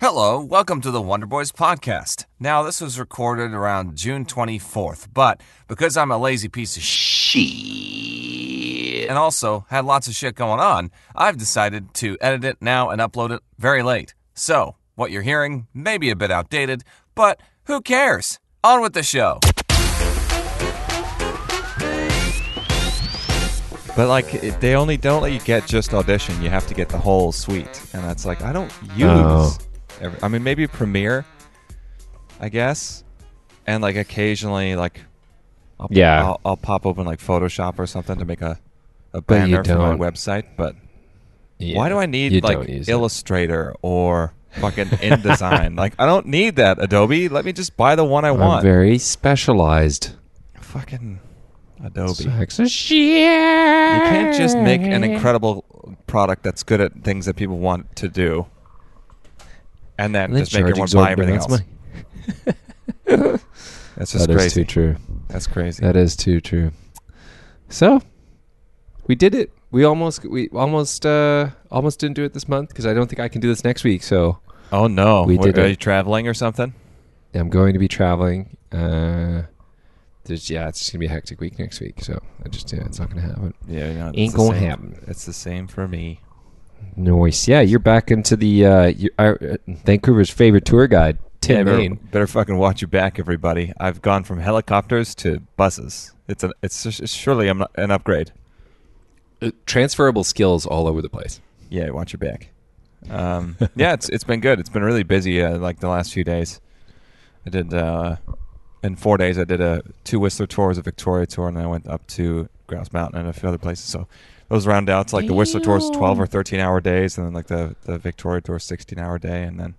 Hello, welcome to the Wonder Boys podcast. Now, this was recorded around June 24th, but because I'm a lazy piece of shit and also had lots of shit going on, I've decided to edit it now and upload it very late. So, what you're hearing may be a bit outdated, but who cares? On with the show. But like it- they only don't let you get just audition. You have to get the whole suite, and that's like I don't use. Oh. Every, I mean, maybe Premiere, I guess, and like occasionally, like I'll, Yeah. I'll, I'll pop open like Photoshop or something to make a a But you banner for my don't. website. But Yeah, why do I need you like don't use it. Illustrator or fucking InDesign? like I don't need that Adobe. Let me just buy the one I I'm want. very specialized. fucking Adobe. Sacks of shit. You can't just make an incredible product that's good at things that people want to do, and then And then just make charge everyone buy exorbitant everything amounts else. of money. That's just That is too crazy. true. That's crazy. That is too true. So, we did it. We almost we almost uh almost didn't do it this month because I don't think I can do this next week. So oh no! We What- did are it. you traveling or something? I'm going to be traveling. Uh, there's yeah, it's just gonna be a hectic week next week. So I just yeah, it's not gonna happen. Yeah, you know, it's Ain't the gonna same. happen. It's the same for me. Noise. Yeah, you're back into the uh, you- uh Vancouver's favorite tour guide, Yeah, Tim. better, Main. better fucking watch you back, everybody. I've gone from helicopters to buses. It's an it's, it's surely an an upgrade. Uh, transferable skills all over the place. Yeah, watch your back. Um, yeah, it's it's been good. It's been really busy. Uh, like the last few days, I did uh, in four days. I did a two Whistler tours, a Victoria tour, and I went up to Grouse Mountain and a few other places. So those round outs, like the Whistler tours, twelve or thirteen hour days, and then like the the Victoria tour, sixteen hour day, and then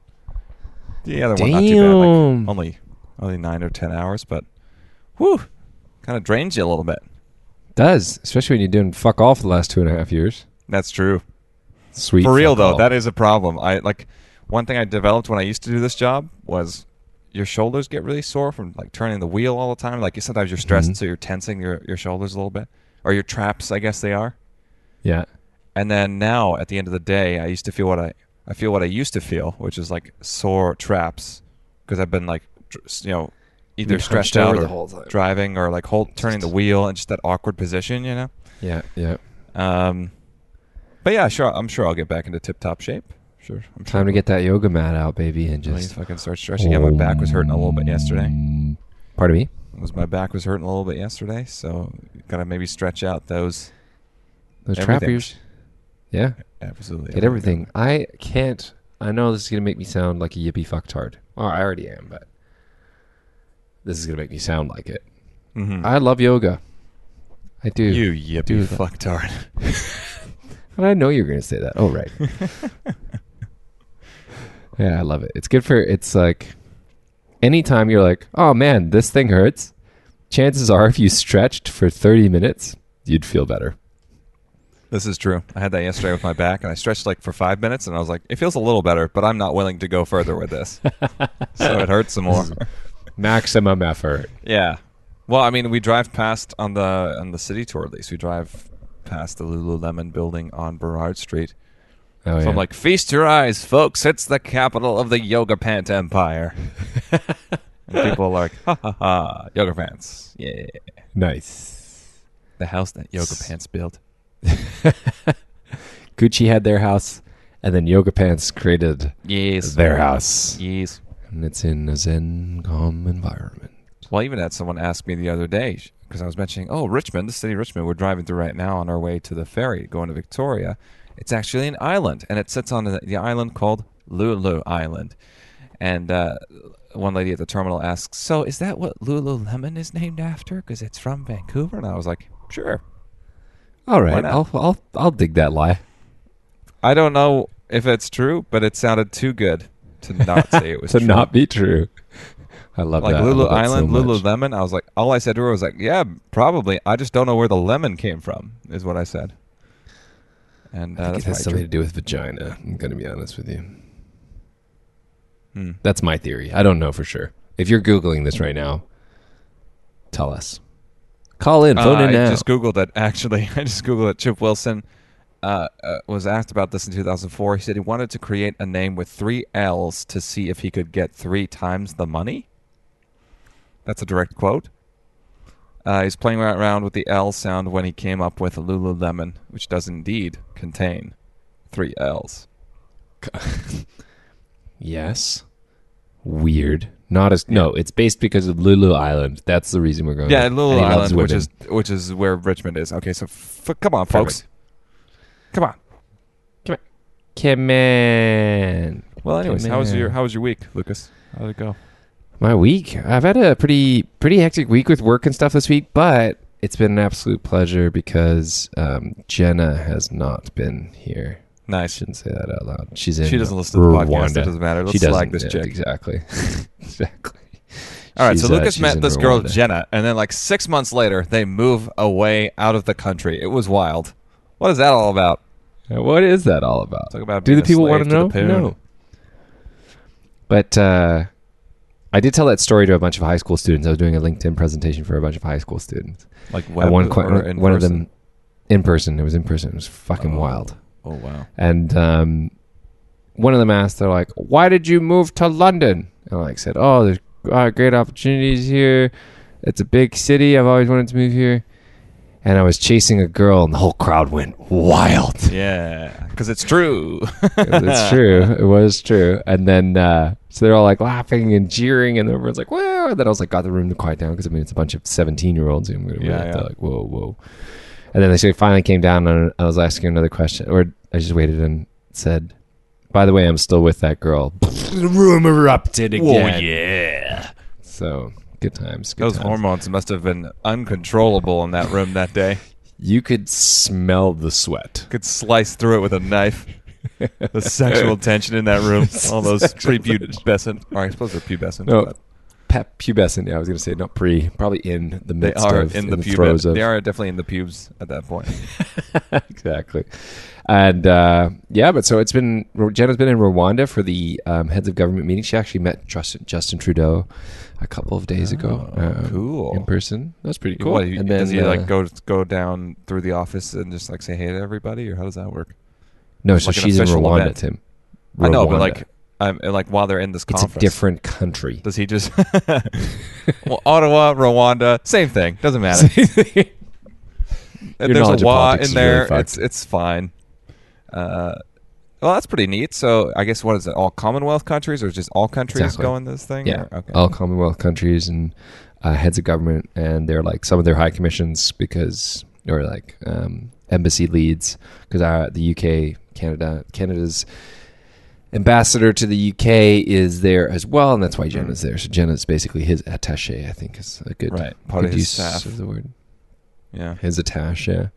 the other one not too bad. Like Damn. only only nine or ten hours, but whew, kind of drains you a little bit. Does especially when you're doing fuck off the last two and a half years. That's true. Sweet. for real fuck though all. that is a problem i like one thing i developed when i used to do this job was your shoulders get really sore from like turning the wheel all the time like sometimes you're stressed Mhm. so you're tensing your, your shoulders a little bit or your traps i guess they are yeah. and then now at the end of the day i used to feel what i i feel what i used to feel which is like sore traps because i've been like tr- you know either Been stressed hunched out over or the whole time. driving or like hold, turning the wheel and just that awkward position you know Yeah. Yeah. um but yeah sure i'm sure i'll get back into tip top shape sure i'm sure Time to get that yoga mat out, baby, and Just just. fucking start stretching. Yeah, my back was hurting a little bit yesterday. Pardon me. It was my back was hurting a little bit yesterday, so gotta maybe stretch out those. Those Everything. trappers. Yeah. Absolutely, Get everything. I can't. I know this is gonna make me sound like a yippee fucktard. Well, I already am, but this is gonna make me sound like it. Mhm. I love yoga. I do. You yippee that. fucktard. How did I know you were going to say that? Oh, right. yeah, I love it. It's good for, it's like, anytime you're like, oh man, this thing hurts, chances are if you stretched for 30 minutes, you'd feel better. This is true. I had that yesterday with my back, and I stretched like for five minutes, and I was like, it feels a little better, but I'm not willing to go further with this, so it hurts some more. Maximum effort. yeah. Well, I mean, we drive past on the on the city tour. At least we drive past the Lululemon building on Burrard Street. Oh, So yeah. I'm like, feast your eyes, folks. It's the capital of the yoga pant empire. and people are like, ha ha ha, yoga pants. Yeah. nice. The house that yoga pants built. Gucci had their house, and then Yoga Pants created Yes. their house. Yes. And it's in a zen, calm environment. Well, I even had someone ask me the other day because I was mentioning, oh, Richmond, the city of Richmond, we're driving through right now on our way to the ferry going to Victoria. It's actually an island, and it sits on the, the island called Lulu Island. And uh, one lady at the terminal asks, so is that what Lululemon is named after? Because it's from Vancouver. And I was like, sure. All right, not? I'll, I'll, I'll dig that lie. I don't know if it's true, but it sounded too good to not say it was to true. not be true. I love like that. I Lulu love that so Island, much. Lululemon. I was like, all I said to her was like, yeah, probably. I just don't know where the lemon came from, is what I said. And I uh, think it that's has why I something to do with vagina. I'm going to be honest with you. Hmm. That's my theory. I don't know for sure. If you're googling this right now, tell us. Call in, drew- phone Uh, in I now. just googled it. Actually, I just googled it. Chip Wilson, uh, uh, was asked about this in 2004. He said he wanted to create a name with three L's to see if he could get three times the money. That's a direct quote. Uh, he's playing right around with the L sound when he came up with Lululemon, which does indeed contain three L's. Yes. Weird. Not as no. It's based because of Lulu Island. That's the reason we're going. Yeah, there. Lulu And he loves Island, which women. is which is where Richmond is. Okay, so f- come on, folks, Perfect. come on. Come on. Well, anyways, how was on. your how was your week, Lucas? How did it go? My week. I've had a pretty pretty hectic week with work and stuff this week, but it's been an absolute pleasure because um, Jenna has not been here. I Nice. shouldn't say that out loud. She's in. She doesn't listen to the podcast. Rwanda. That doesn't matter. Let's she doesn't. slag this yeah, chick. Exactly. exactly. All right, so She's, uh, Lucas she's met in this girl Rwanda. Jenna, and then like six months later, they move away out of the country. It was wild. What is that all about? What is that all about? Talk about Do being the a people slave want to to know? the poon. no. But uh, I did tell that story to a bunch of high school students. I was doing a LinkedIn presentation for a bunch of high school students. Like I web one or one, in one of person? them in person. It was in person. It was fucking Oh. wild. Oh wow. And um, one of them asked, they're like, "Why did you move to London?" And I like, said, "Oh, there's uh, great opportunities here. It's a big city. I've always wanted to move here." And I was chasing a girl, and the whole crowd went wild. Yeah, because it's true. it's true. It was true. And then uh, so they're all like laughing and jeering, and everyone's like, "Whoa!" And then I was like, "Got the room to quiet down," because I mean, it's a bunch of seventeen-year-olds. And we're yeah, Yeah, yeah. like, "Whoa, whoa!" And then they so finally came down, and I was asking another question, or I just waited and said, "By the way, I'm still with that girl." the room erupted again. yeah. So good times. Good Those times. hormones must have been uncontrollable in that room that day. you could smell the sweat. Could slice through it with a knife. The sexual tension in that room. All those prepubescent, or I suppose they're pubescent. No. but Pep pubescent. Yeah, I was gonna say not pre, probably in the they midst are of in in the, pubes. throes of. They are definitely in the pubes at that point. exactly. And uh, yeah, but so it's been Jenna's been in Rwanda for the um, heads of government meeting. She actually met Justin, Justin Trudeau a couple of days ago. Oh, um, cool. in person. That's pretty Cool. cool. What, you- does he uh, like go go down through the office and just like say hey to everybody, or how does that work? No, so like an she's in official Rwanda, event? Tim. I know, but Rwanda. like, I'm like while they're in this it's conference, a different country. does he just well, Ottawa, Rwanda, same thing, doesn't matter. If Your knowledge there's a of wa politics in is really there, fucked. it's it's fine. Uh, well, that's pretty neat. So I guess what is it? All Commonwealth countries, or just all countries Exactly. go in this thing? yeah, Or- okay. all Commonwealth countries and uh, heads of government, and they're like some of their high commissions because, or like um, embassy leads, because uh, the UK, Canada, Canada's ambassador to the UK is there as well, and that's why Jenna's there. So Jenna's basically his attaché, I think is a good Mm. Right. Part of good his use staff. of the word yeah. his attache, yeah.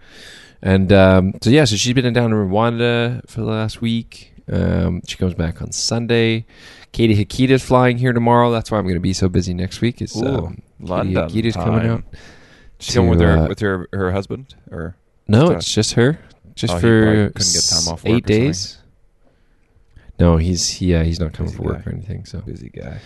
And um, so yeah, so she's been down in Rwanda for the last week. Um, she comes back on Sunday. Katie Hikita's flying here tomorrow. That's why I'm going to be so busy next week. Is Ooh, um, London Katie Hikita's coming time. out. She's going with to, her uh, with her her husband, or No, Just, uh, it's just her. Just Oh, he probably for couldn't get time off s- work eight or something. days. No, he's he uh, he's not coming Busy for work guy. or anything. So busy guy.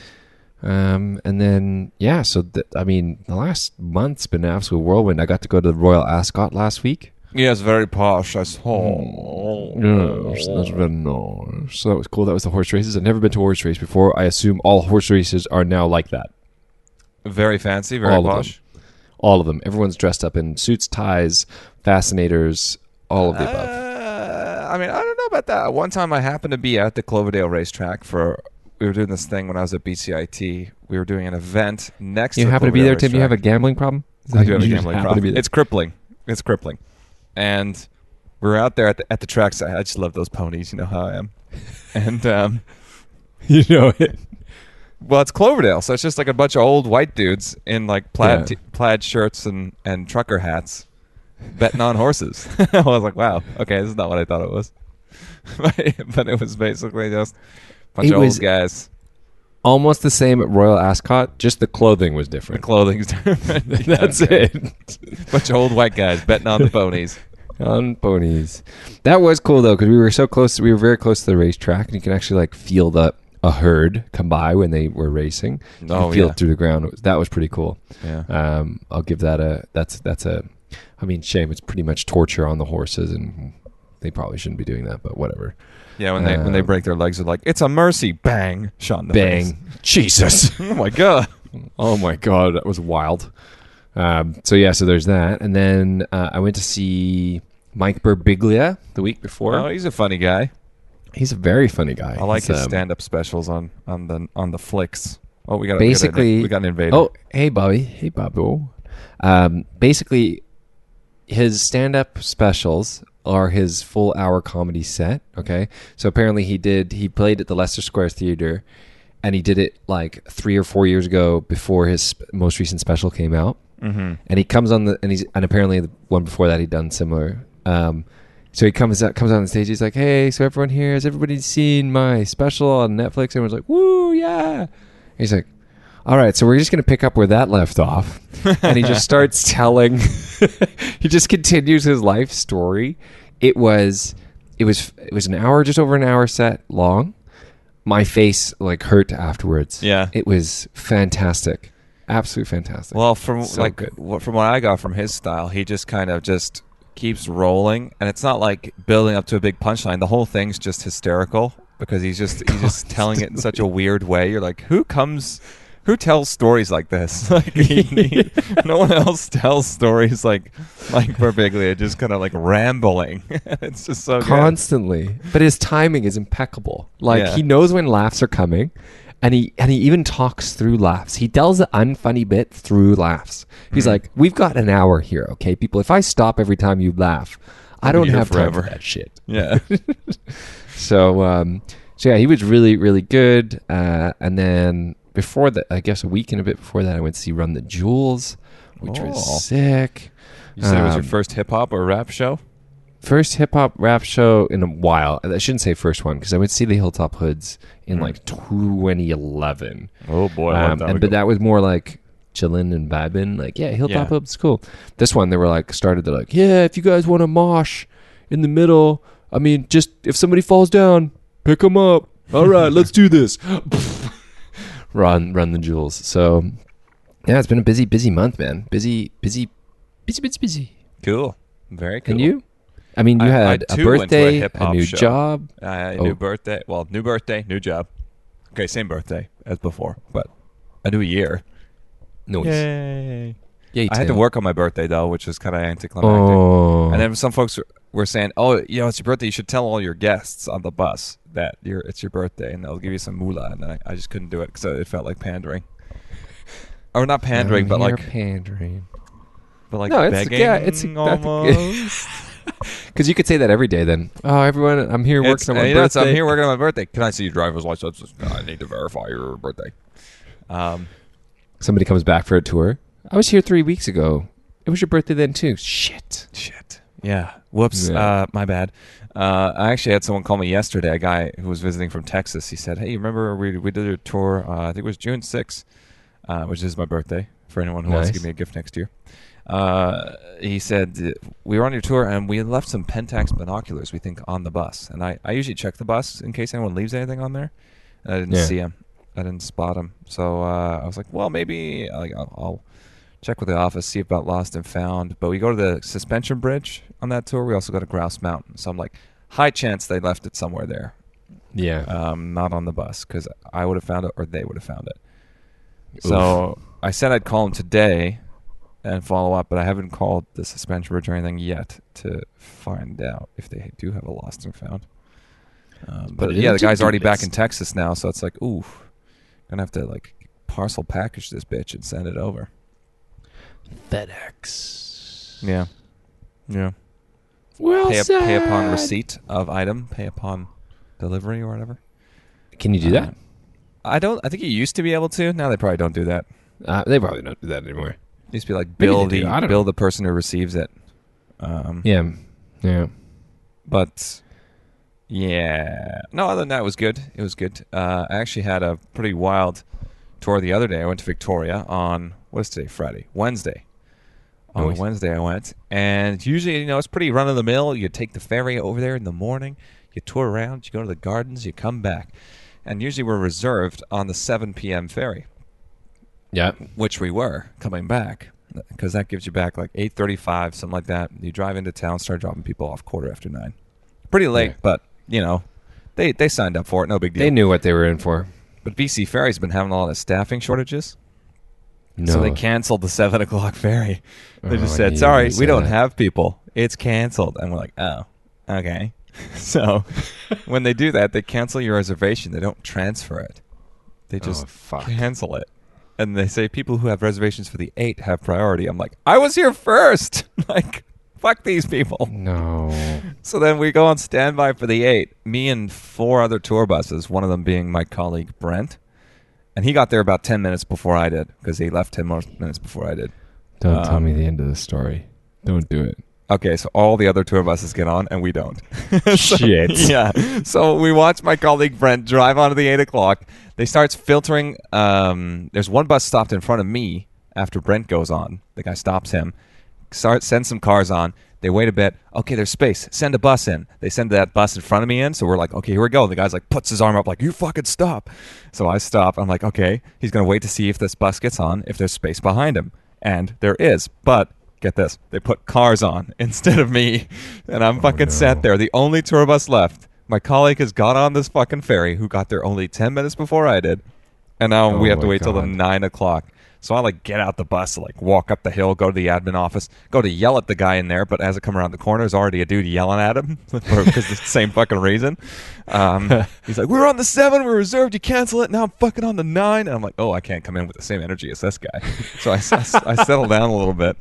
um, and then yeah, so th- I mean, the last month's been an absolute whirlwind. I got to go to the Royal Ascot last week. Yes, very posh. I saw. Yes, that's been nice. So that was cool. That was the horse races. I've never been to a horse race before. I assume all horse races are now like that. Very fancy, very All of posh. All of them. Everyone's dressed up in suits, ties, fascinators, all of the above. Uh, I mean, I don't know about that. One time I happened to be at the Cloverdale racetrack for. We were doing this thing when I was at BCIT. We were doing an event next. You to happen to be there, Tim. You have a gambling problem. I do have a You just gambling happen to problem. be there. It's crippling. It's crippling. And we were out there at the, at the tracks. I I just love those ponies. You know how I am. And um, you know it. well, it's Cloverdale, so it's just like a bunch of old white dudes in like plaid Yeah. t- plaid shirts and and trucker hats, betting on horses. I was like, wow, okay, this is not what I thought it was, but, but it was basically just a bunch It of was- old guys. Almost the same at Royal Ascot. Just the clothing was The different. clothing's different. Yeah, That's okay. it. Bunch of old white guys betting on the ponies. on ponies. That was cool though because we were so close. We were very close to the racetrack, and you can actually like feel the a herd come by when they were racing. You can Oh, feel yeah. it through the ground. It was- That was pretty cool. Yeah. Um, I'll give that a. That's that's a. I mean, shame. It's pretty much torture on the horses and they probably shouldn't be doing that, but whatever. Yeah, when they when they Um, break their legs, they're like, "It's a mercy!" Bang, shot in the Bang. Jesus. face. oh my god! Oh my god, that was wild. Um, so yeah, so there's that, and then uh, I went to see Mike Birbiglia the week before. Oh, he's a funny guy. He's a very funny guy. I like He's, his um, stand-up specials on on the on the flicks. Oh, we got Basically, we got an invader. Oh, hey Bobby, hey Babu. Um, basically, his stand-up specials are his full-hour comedy set. Okay, so apparently he did. He played at the Leicester Square Theater, and he did it like three or four years ago before his sp- most recent special came out. Mhm. and he comes on the and he's and apparently the one before that he'd done similar. Um, so he comes out comes on the stage. He's like, "Hey, so everyone here has everybody seen my special on Netflix?" Everyone's like, "Woo, yeah!" He's like, "All right, so we're just gonna pick up where that left off," and he just starts telling. he just continues his life story. It was it was it was an hour, just over an hour set long. My face like hurt afterwards. Yeah. it was fantastic, absolutely fantastic. Well, from So like good. what from what I got from his style, he just kind of just keeps rolling, and it's not like building up to a big punchline. The whole thing's just hysterical because he's just he's just telling it in such a weird way. You're like, who comes, who tells stories like this? Like, he- he- no one else tells stories like Mike Birbiglia, just kind of like rambling. it's just so good. constantly but his timing is impeccable like Yeah. he knows when laughs are coming and he and he even talks through laughs he tells the unfunny bit through laughs he's Hmm. like we've got an hour here okay people if i stop every time you laugh i We'll don't be here have time for forever." that shit Yeah. so um so yeah he was really really good uh and then before that i guess a week and a bit before that i went to see run the jewels which Oh. was sick You said it was your Um, first hip hop or rap show? first hip hop rap show in a while. I shouldn't say first one because I went to see the Hilltop Hoods in like 2011. Oh boy, Um, and, but that was more like chillin' and vibing. Like, yeah, Hilltop Yeah. Hoods, cool. This one, they were like, started, they're like, yeah, if you guys want to mosh in the middle, I mean, just if somebody falls down, pick them up. All right, let's do this. run, run the jewels. So, yeah, it's been a busy, busy month, man. Busy, busy, busy, busy, busy. cool. Very cool. Can you? I mean, you I- I had a too went to a birthday, a, hip-hop new show. job. Uh, Oh. New birthday. Well, new birthday, new job. Okay, same birthday as before, but a new year. Noise. Yay. Yeah, you I had to did. work on my birthday, though, which was kind of anticlimactic. Oh, And then some folks were saying, oh, you know, it's your birthday. You should tell all your guests on the bus that you're, it's your birthday and they'll give you some moolah. And I, I just couldn't do it because it felt like pandering. Or not pandering, I'm but here like, pandering. but like Oh, No, it's- begging. yeah, it's- I think- almost. Because you could say that every day. Then, oh, everyone, I'm here It's- working on and my you know, it's, birthday. I'm here working on my birthday. Can I see your driver's license? I need to verify your birthday. Um, Somebody comes back for a tour. I was here three weeks ago. It was your birthday then too. Shit. Shit. Yeah. Whoops. Yeah. Uh, my bad. Uh, I actually had someone call me yesterday. A guy who was visiting from Texas. He said, "Hey, you remember we we did a tour? Uh, I think it was June 6th, uh, which is my birthday. For anyone who wants to Nice. give me a gift next year." Uh, he said we were on your tour and we left some Pentax binoculars. We think on the bus, and I, I usually check the bus in case anyone leaves anything on there. And I didn't Yeah. see him. I didn't spot him. So uh, I was like, well, maybe like, I'll, I'll check with the office, see about lost and found. But we go to the suspension bridge on that tour. We also go to Grouse Mountain. So I'm like, high chance they left it somewhere there, Yeah. um, not on the bus, because I would have found it or they would have found it. So I said I'd call him today and follow up, but I haven't called the suspension bridge or anything yet to find out if they do have a lost and found. Um, put but it in yeah, the the guy's to-do already back list. in Texas now, so it's like, ooh, gonna have to like parcel package this bitch and send it over. FedEx. Yeah, yeah. Well Pay, up, pay upon said. receipt of item. Pay upon delivery or whatever. Can you do that? I don't. I think you used to be able to. Now they probably don't do that. Uh, they probably don't do that anymore. It used to be like Maybe they bill do, the I don't bill know. the person who receives it. Um, Yeah. Yeah. But yeah, no. Other than that, it was good. It was good. Uh, I actually had a pretty wild tour the other day. I went to Victoria on what is today? Friday, Wednesday. On Nice. Wednesday, I went, and usually, you know, it's pretty run of the mill. You take the ferry over there in the morning, you tour around, you go to the gardens, you come back, and usually we're reserved on the 7 p.m. ferry Yeah. which we were coming back because that gives you back like 8.35 something like that you drive into town start dropping people off quarter after nine Pretty late, Yeah. but you know, they they signed up for it. No big deal. They knew what they were in for. But BC Ferry's been having a lot of staffing shortages, No, so they canceled the seven o'clock ferry. They just Oh, said, you "Sorry, said we don't that. have people. It's canceled." And we're like, "Oh, okay." so when they do that, they cancel your reservation. They don't transfer it. They just Oh, fuck. cancel it. And they say people who have reservations for the eight have priority. I'm like, I was here first. like, fuck these people. No. So then we go on standby for the eight. Me and four other tour buses, one of them being my colleague Brent. And he got there about 10 minutes before I did because he left 10 more minutes before I did. Don't tell Um, me the end of the story. Don't do it. Okay, so all the other tour buses get on and we don't. So- Shit. Yeah. So we watch my colleague Brent drive on to the eight o'clock. They starts filtering. Um, there's one bus stopped in front of me after Brent goes on. The guy stops him. Start send some cars on. They wait a bit. Okay, there's space. Send a bus in. They send that bus in front of me in. So we're like, okay, here we go. The guy's like puts his arm up, like you fucking stop. So I stop. I'm like, okay, he's gonna wait to see if this bus gets on, if there's space behind him, and there is. But get this, they put cars on instead of me, and I'm fucking sat there, the only tour bus left. My colleague has got on this fucking ferry, who got there only ten minutes before I did, and now Oh we have to my wait till the God. nine o'clock. So I like get out the bus, like walk up the hill, go to the admin office, go to yell at the guy in there. But as I come around the corner, there's already a dude yelling at him because the same fucking reason. Um, he's like, "We were on the seven, we were reserved. You cancel it. Now I'm fucking on the nine. And I'm like, "Oh, I can't come in with the same energy as this guy." So I, I, I settle down a little bit,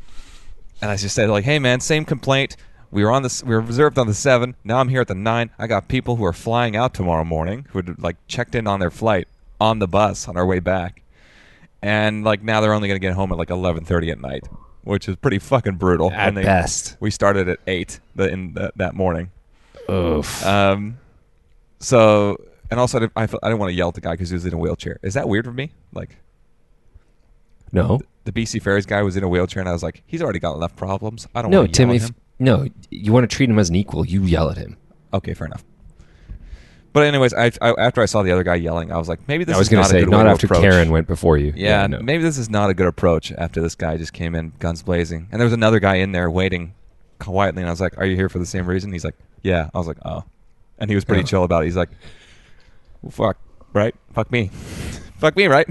and I just said like, "Hey man, same complaint. We were on this. We were reserved on the seven. Now I'm here at the nine. I got people who are flying out tomorrow morning who had like checked in on their flight on the bus on our way back, and like now they're only gonna get home at like 11:30 at night, which is pretty fucking brutal. At And they- best. we started at eight the, in the, that morning. Oof. Um, so and also I didn't, I, felt- I didn't want to yell at the guy because he was in a wheelchair. Is that weird for me? Like no. the BC Ferries guy was in a wheelchair, and I was like, he's already got enough problems. I don't No, want to Tim. yell at If him. no, you want to treat him as an equal, you yell at him. Okay, fair enough. But anyways, I, I after I saw the other guy yelling, I was like, maybe this I was is going not to a say good not way to after approach. Karen went before you. Yeah, no. maybe this is not a good approach after this guy just came in guns blazing. And there was another guy in there waiting quietly, and I was like, Are you here for the same reason? He's like, Yeah. I was like, Oh. And he was pretty Yeah. chill about it. He's like, well, Fuck, right? Fuck me. fuck me, right?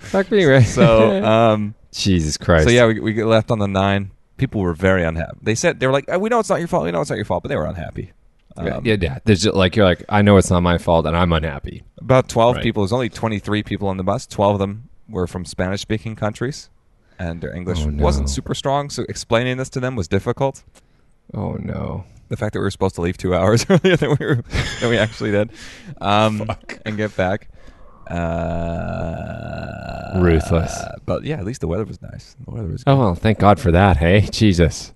fuck me, right? So, um, Jesus Christ. so yeah, we, we left on the nine. People were very unhappy. They said, They were like, "Uh, We know it's not your fault. We know it's not your fault, but they were unhappy. yeah, Um, yeah, yeah. There's just, like you're like I know it's not my fault and I'm unhappy. About 12 Right. people. There's only 23 people on the bus. 12 of them were from Spanish speaking countries, and their English Oh, no. wasn't super strong, so explaining this to them was difficult. Oh no. The fact that we were supposed to leave two hours earlier than we, were, than we actually did um, and get back. Uh, Ruthless. but yeah, at least the weather was nice. The weather was good. Oh well, thank God for that. Hey, Jesus.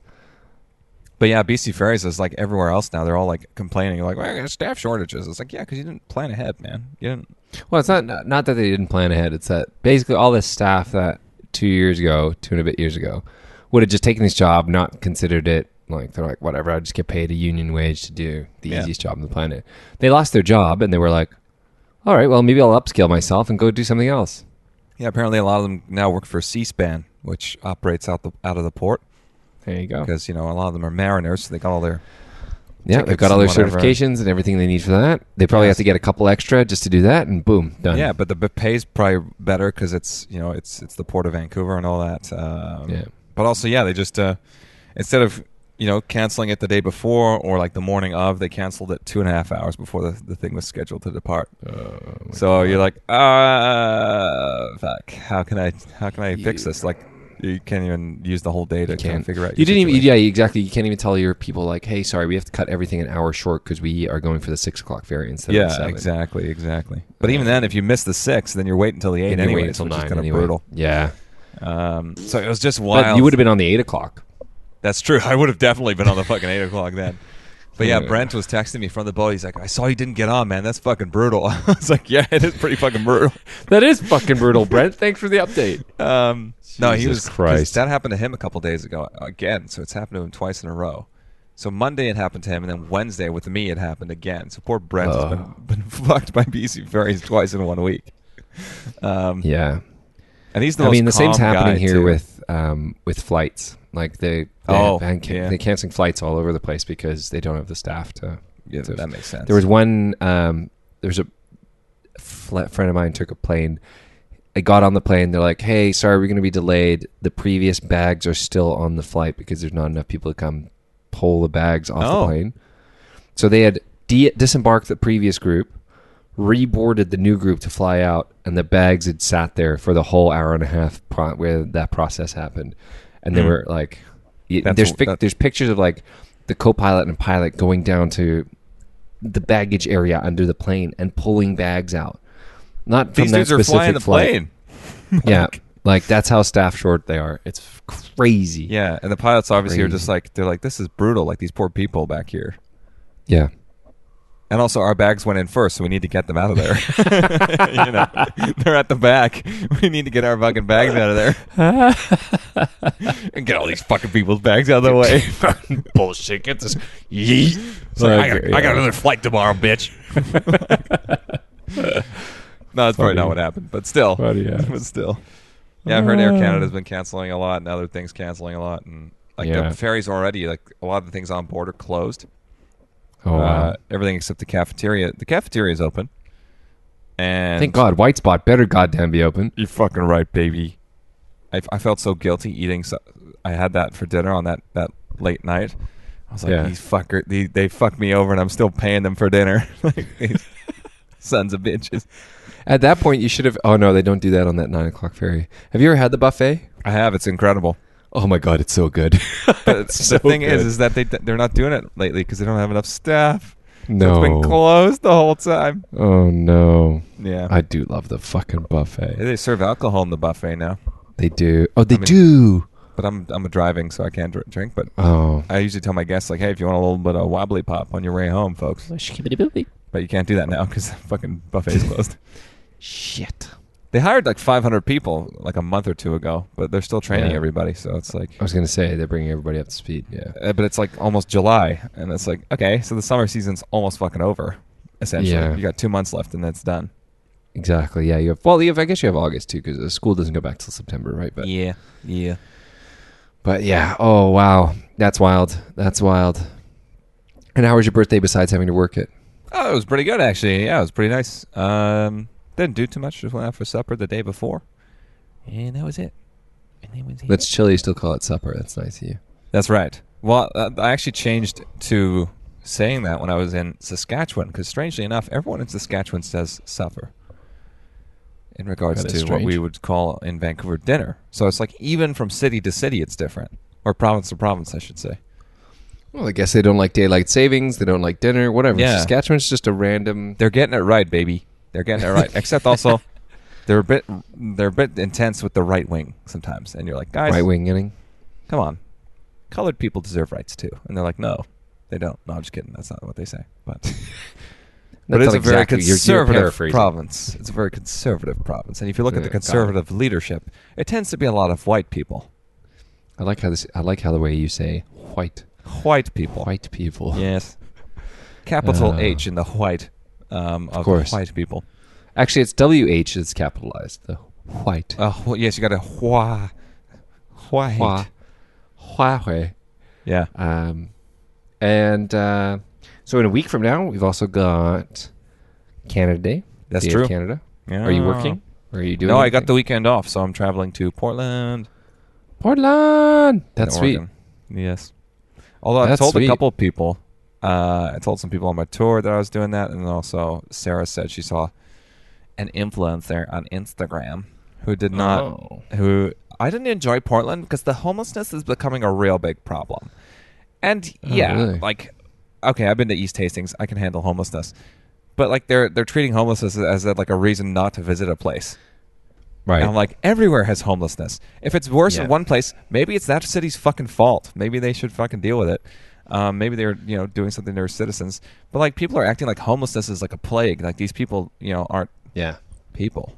But yeah, BC Ferries is like everywhere else now. They're all like complaining, like, well, there's staff shortages. It's like, yeah, because you didn't plan ahead, man. You didn't. Well, it's not not that they didn't plan ahead. It's that basically all this staff that two years ago, two and a bit years ago, would have just taken this job, not considered it. Like they're like, whatever. I just get paid a union wage to do the Yeah. easiest job on the planet. They lost their job and they were like, all right, well maybe I'll upscale myself and go do something else. Yeah, apparently a lot of them now work for C-SPAN, which operates out the out of the port. There you go. because you know a lot of them are mariners, so they got all their Yeah, they've got all their tickets and whatever. certifications and everything they need for that. They probably Yes. have to get a couple extra just to do that, and boom, done. yeah. But the b- pay's probably better because it's you know it's it's the port of Vancouver and all that. Um, Yeah. But also, yeah, they just uh, instead of you know canceling it the day before or like the morning of, they canceled it two and a half hours before the, the thing was scheduled to depart. Oh so you're like, uh, fuck. How can I how can I fix this? Like. You can't even use the whole day to You kind can't of figure out. You your didn't even. situation. Yeah, exactly. You can't even tell your people like, "Hey, sorry, we have to cut everything an hour short because we are going for the six o'clock ferry instead of the Yeah, seven. exactly, exactly. But even then, if you miss the six, then you're waiting until the eight And you wait anyway, until which is nine kind of anyway. brutal. Yeah, Um, so it was just but wild. you would have been on the eight o'clock. That's true. I would have definitely been on the fucking eight o'clock then. But yeah, Yeah. Brent was texting me from the boat. He's like, "I saw you didn't get on, man. That's fucking brutal." I was like, "Yeah, it is pretty fucking brutal." That is fucking brutal, Brent. Thanks for the update. Um, no, he was Jesus 'cause Christ. That happened to him a couple days ago again. So it's happened to him twice in a row. So Monday it happened to him, and then Wednesday with me it happened again. So poor Brent has been, Ugh. been fucked by BC Ferries twice in one week. Um, Yeah, and he's the I most mean the same's calm happening guy, here too. with um, with flights. Like they, they Oh, and ca- yeah. they're canceling flights all over the place because they don't have the staff to Yeah, So that makes sense. There was one. Um, there's a flat friend of mine took a plane. I got on the plane. They're like, "Hey, sorry, we're going to be delayed. The previous bags are still on the flight because there's not enough people to come pull the bags off Oh. the plane." So they had de- disembarked the previous group, reboarded the new group to fly out, and the bags had sat there for the whole hour and a half pro- where that process happened. And they Mm. were like, y- That's "There's a- pic- that- there's pictures of like the co-pilot and pilot going down to the baggage area under the plane and pulling bags out. Not from These that dudes are specific flying the flight. plane. yeah, like that's how staff short they are. It's crazy. Yeah, and the pilots obviously are Crazy. just like they're like this is brutal. Like these poor people back here. yeah. And also, our bags went in first, so we need to get them out of there. you know, they're at the back. We need to get our fucking bags out of there and get all these fucking people's bags out of the way. bullshit. Get this. Yeet. It's like, I, Like, got, I yeah. got another flight tomorrow, bitch. No, that's probably not Funny. what happened, but still, Funny, yeah. Uh. but still, yeah. I've heard Air Canada's been canceling a lot, and other things canceling a lot, and like Yeah. the ferries already, like a lot of the things on board are closed. Oh, wow. Uh, everything except the cafeteria. The cafeteria is open. And thank God, White Spot better goddamn be open. You're fucking right, baby. I, I felt so guilty eating. So, I had that for dinner on that, that late night. I was like, Yeah. these fucker, they, they fucked me over, and I'm still paying them for dinner. like, these sons of bitches. At that point, you should have. Oh no, they don't do that on that nine o'clock ferry. Have you ever had the buffet? I have. It's incredible. Oh my God, it's so good. But It's the so thing is, good. is that they they're not doing it lately because they don't have enough staff. So no. it's been closed the whole time. oh no, Yeah, I do love the fucking buffet. they serve alcohol in the buffet now. They do. Oh, they mean- do. But I'm I'm driving, so I can't dr- drink. But Oh, I usually tell my guests like, "Hey, if you want a little bit of wobbly pop on your way home, folks," but you can't do that now because the fucking buffet is closed. shit. They hired like 500 people like a month or two ago, but they're still training Yeah. everybody. So it's like, I was gonna say they're bringing everybody up to speed. Yeah. uh, but it's like almost July, and it's like, okay, so the summer season's almost fucking over. Essentially, Yeah. you got two months left, and that's done. Exactly. Yeah. You have. Well, you have, I guess you have August too, because the school doesn't go back till September, right? But Yeah, yeah. but yeah. Oh wow, that's wild. That's wild. And how was your birthday besides having to work it? Oh, it was pretty good actually. Yeah, it was pretty nice. Um, didn't do too much. Just went out for supper the day before, and that was it. And that was it. That's chill. You still call it supper. That's nice of you. That's right. Well, uh, I actually changed to saying that when I was in Saskatchewan because, strangely enough, everyone in Saskatchewan says supper in regards That to is what we strange. would call in Vancouver dinner. So it's like even from city to city, it's different, or province to province, I should say. Well, I guess they don't like daylight savings. They don't like dinner. Whatever. Yeah. Saskatchewan's just a random. They're getting it right, baby. They're getting it right. Except also, they're a bit they're a bit intense with the right wing sometimes, and you're like, guys, Right wing inning. come on, colored people deserve rights too, and they're like, no, they don't. No, I'm just kidding. That's not what they say, but. but That's it's not a very exactly- you're- you're conservative paraphrasing. province. It's a very conservative province, and if you look at Yeah, the got it. conservative leadership, it tends to be a lot of white people. I like how this. I like how the way you say white, White people. white people. Yes. Capital Uh, H in the white um, of, course. white people. Actually, it's W H that's capitalized. The white. Oh well, yes, you got a hua, white. Hua, Huawei. Yeah. Um, and uh, so in a week from now, we've also got Canada Day. That's Day of true. Canada. yeah. Are you working? Or are you doing? No, I got the anything? weekend off, so I'm traveling to Portland. Portland. in That's sweet. Oregon. Yes. Although I That's told a sweet. couple people, uh, I told some people on my tour that I was doing that, and then also Sarah said she saw an influencer on Instagram who did not, Oh. who I didn't enjoy Portland because the homelessness is becoming a real big problem. And yeah, Oh, really? like okay, I've been to East Hastings, I can handle homelessness, but like they're they're treating homelessness as, as like a reason not to visit a place. Right. And I'm like, everywhere has homelessness. If it's worse in Yeah. one place, maybe it's that city's fucking fault. Maybe they should fucking deal with it. Um, maybe they're you know doing something to their citizens. But like people are acting like homelessness is like a plague. Like these people you know aren't yeah. people.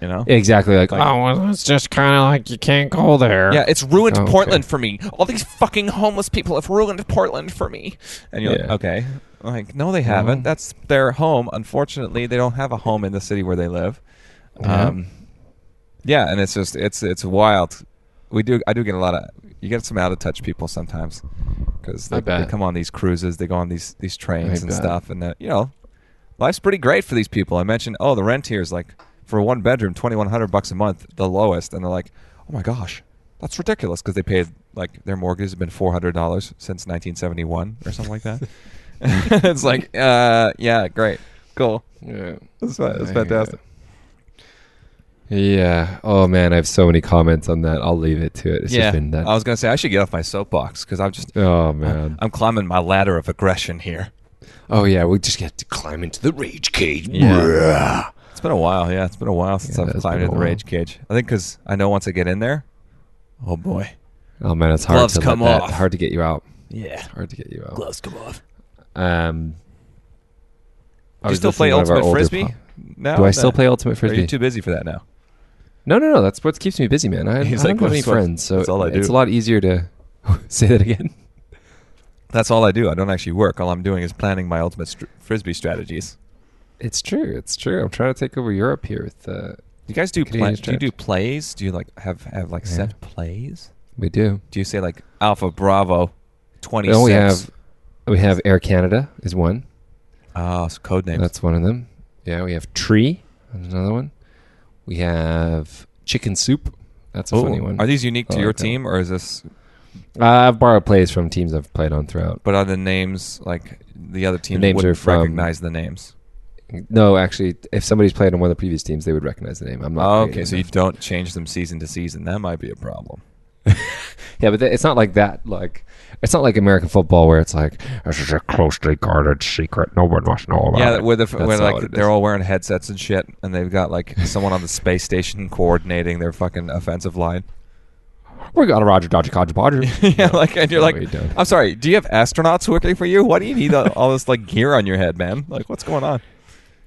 You know. Exactly. Like, Like- oh, Oh, well, it's just kind of like you can't go there. yeah, it's ruined Oh, okay. Portland for me. All these fucking homeless people have ruined Portland for me. And you're like, Yeah. okay, like no, they haven't. That's their home. Unfortunately, they don't have a home in the city where they live. Yeah. Um, yeah, and it's just it's it's wild we do. I do get a lot of. You get some out of touch people sometimes because I they, they bet. come on these cruises, they go on these these trains I and bet. stuff, and uh, you know, life's pretty great for these people. I mentioned, oh, the rent here is like for one bedroom, twenty one hundred bucks a month, the lowest, and they're like, oh my gosh, that's ridiculous because they paid like their mortgages have been four hundred dollars since nineteen seventy one or something like that. it's like, uh, yeah, great, cool, Yeah. that's, fa- that's fantastic. Yeah. Oh man, I have so many comments on that. I'll leave it to it. It's just been that. I was gonna say I should get off my soapbox because I'm just oh man. I'm climbing my ladder of aggression here. oh yeah, we just get to climb into the rage cage. Yeah. It's been a while. Yeah, it's been a while since Yeah, I've it's climbed been a into the while. rage cage. I think because I know once I get in there, oh boy, Oh man, it's hard Gloves to let come that- off. Hard to get you out. yeah, Hard to get you out. gloves come off. Um. I Do you was still listening play to one of our ultimate older frisbee? po- No, Do I still play ultimate Are frisbee? you too busy for that now? No, no, no. That's what keeps me busy, man. I, I He's don't like, have any "That's what- friends, so that's all I it's do." a lot easier to say that again. That's all I do. I don't actually work. All I'm doing is planning my ultimate str- frisbee strategies. It's true. It's true. I'm trying to take over Europe here with uh, Do you guys do? Canadian Pla- do you strategy. do plays? Do you like have have like Yeah. set plays? we do. Do you say like Alpha Bravo twenty six? Then we have we have Air Canada is one. oh, it's code names. That's one of them. Yeah, we have Tree. That's another one. We have Chicken Soup. That's a Oh, funny one. Are these unique to I your like that. team, or is this? uh, I've borrowed plays from teams I've played on throughout. But are the names like the other team names are wouldn't from- recognize the names? No, actually, if somebody's played on one of the previous teams, they would recognize the name. I'm not. Oh, creative okay, so you enough. don't change them season to season. That might be a problem. Yeah, but th- it's not like that. Like, it's not like American football where it's like This is a closely guarded secret. No one must know about yeah, it. where the f- That's where not like what it they're is. all wearing headsets and shit, and they've got like someone on the space station coordinating their fucking offensive line. we got a Roger Dodger Codger Bodger. yeah, like and you're no, like, we don't. I'm sorry, do you have astronauts working for you? Why do you need all all this like gear on your head, man? Like, what's going on?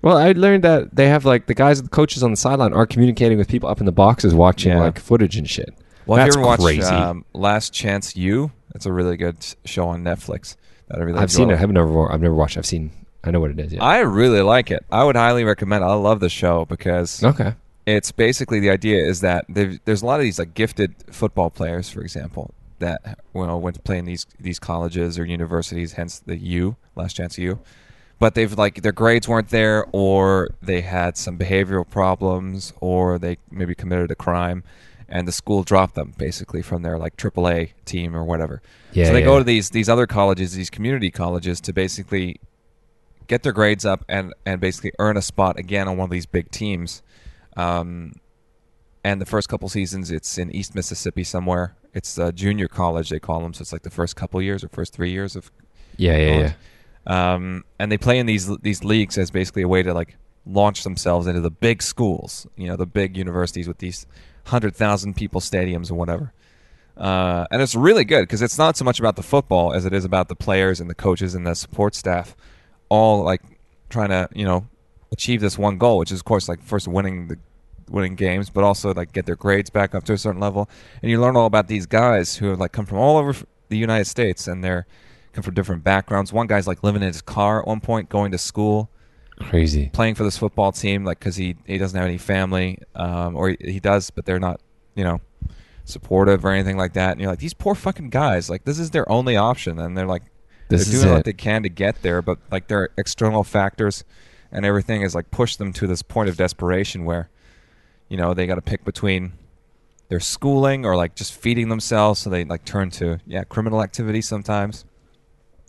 Well, I learned that they have like the guys, the coaches on the sideline are communicating with people up in the boxes watching Yeah. like footage and shit. Well, That's if you ever watch crazy. um, Last Chance U, it's a really good s- show on Netflix. That I really I've seen it. enjoy. I have never. I've never watched. I've seen. I know what it is. Yeah. I really like it. I would highly recommend. It. I love the show because okay. it's basically the idea is that they've- there's a lot of these like gifted football players, for example, that well went to play in these these colleges or universities, hence the U, last chance U. But they've like their grades weren't there, or they had some behavioral problems, or they maybe committed a crime, and the school dropped them basically from their like AAA team or whatever. Yeah, so they yeah. go to these these other colleges, these community colleges, to basically get their grades up and and basically earn a spot again on one of these big teams. Um, and the first couple seasons, it's in East Mississippi somewhere. It's uh, junior college they call them, so it's like the first couple years or first three years of. Yeah, yeah, yeah. college. Um, and they play in these these leagues as basically a way to like launch themselves into the big schools, you know, the big universities with these hundred thousand people stadiums and whatever. Uh, and it's really good because it's not so much about the football as it is about the players and the coaches and the support staff, all like trying to you know achieve this one goal, which is of course like first winning the winning games, but also like get their grades back up to a certain level. And you learn all about these guys who have like come from all over f- the United States and they're come from different backgrounds. One guy's like living in his car at one point, going to school Crazy. playing for this football team, like because he he doesn't have any family, um, or he, he does, but they're not, you know, supportive or anything like that. And you're like, these poor fucking guys, like this is their only option, and they're like, This they're is doing it. what they can to get there, but like their external factors and everything is like pushed them to this point of desperation where, you know, they got to pick between their schooling or like just feeding themselves, so they like turn to yeah criminal activity sometimes.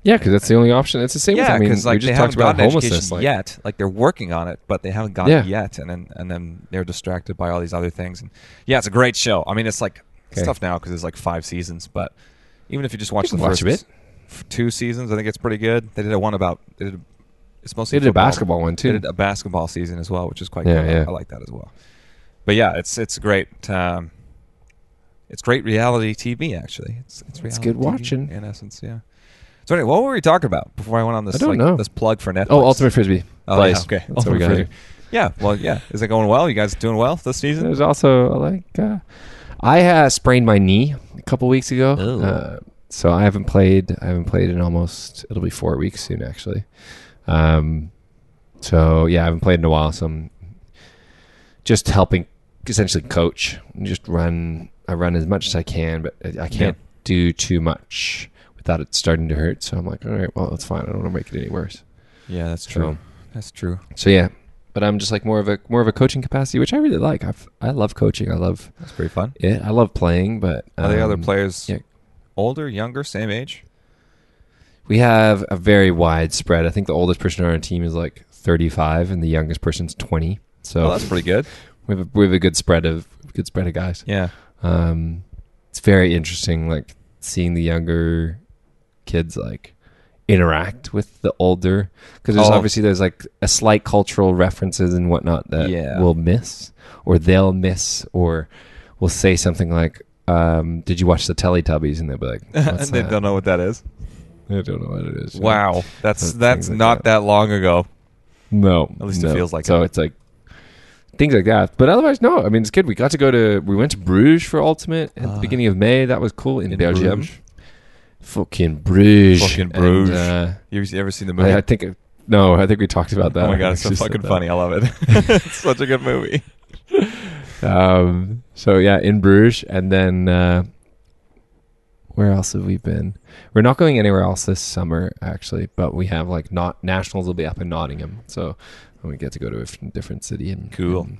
Yeah, because that's the only option. It's the same. Yeah, with, I mean, because like we just they talked haven't about gotten homelessness. education Like, yet. Like they're working on it, but they haven't gotten Yeah. it yet, and then and then they're distracted by all these other things. And yeah, it's a great show. I mean, it's like it's Okay. tough now because there's like five seasons, but even if you just watch can the watch first a bit. f- two seasons, I think it's pretty good. They did a one about they did a, it's mostly They did a football. basketball one, too. They did a basketball season as well, which is quite Yeah, good. I- yeah. I like that as well. But yeah, it's it's great. Um, it's great reality TV, actually. It's it's, reality good TV watching. in essence. Yeah. So anyway, what were we talking about before I went on this? I don't like, know. This plug for Netflix. oh, ultimate frisbee. Oh, Plays. yeah, okay. That's what we Ultimate got Frisbee. here. Yeah. Well, yeah. Is it going well? You guys doing well this season? There's also like uh, I uh, sprained my knee a couple weeks ago, uh, so I haven't played. I haven't played in almost. It'll be four weeks soon, actually. Um, so yeah, I haven't played in a while. So I'm just helping, essentially coach, and just run I run as much as I can, but I- I can't do too much without it starting to hurt. So I'm like, all right, well, that's fine. I don't want to make it any worse. Yeah, that's true. true. That's true. So yeah, but I'm just like more of a more of a coaching capacity, which I really like. I've, I love coaching. I love That's pretty fun. it. I love playing. But Are the other um, players yeah. older, younger, same age? We have a very wide spread. I think the oldest person on our team is like 35, and the youngest person's 20. So Oh, that's pretty good. we have a, we have a good spread of good spread of guys. Yeah. Um, it's very interesting, like seeing the younger kids like interact with the older because there's Oh. obviously there's like a slight cultural references and whatnot that Yeah. we'll miss or they'll miss or we'll say something like um, did you watch the Teletubbies and they'll be like and "What's they that?" don't know what that is. I don't know what it is Wow. That's Things that's like not that. long ago. No, At least it no. feels like So it. it's like things like that. But otherwise, no. I mean, it's good. We got to go to we went to Bruges for Ultimate at the Ah. beginning of May. That was cool in, In Belgium. Bruges? Fucking Bruges. Fucking And, Bruges. uh, You ever- you ever seen the movie? I, I think it- no. I think we talked about that. oh my god, it's so Actually said fucking that. funny. I love it. it's such a good movie. Um, so yeah, in Bruges, and then uh, where else have we been? We're not going anywhere else this summer, actually. But we have like not nationals will be up in Nottingham, so we get to go to a f- different city and Cool. and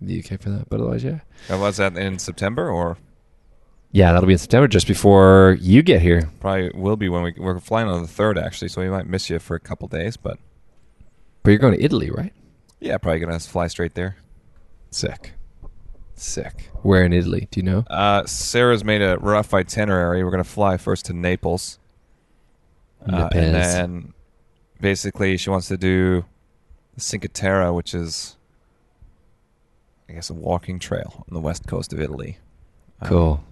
the UK for that. But otherwise, yeah, And was that in September or yeah, that'll be in September, just before you get here. probably will be when we we're flying on the third actually, so we might miss you for a couple days, but But you're going to Italy, right? yeah, probably gonna fly straight there. Sick, sick. Where in Italy? Do you know? Uh, Sarah's made a rough itinerary. We're going to fly first to Naples. Uh, Naples. and then basically she wants to do Cinque Terre, which is, I guess, a walking trail on the west coast of Italy. Uh, Cool.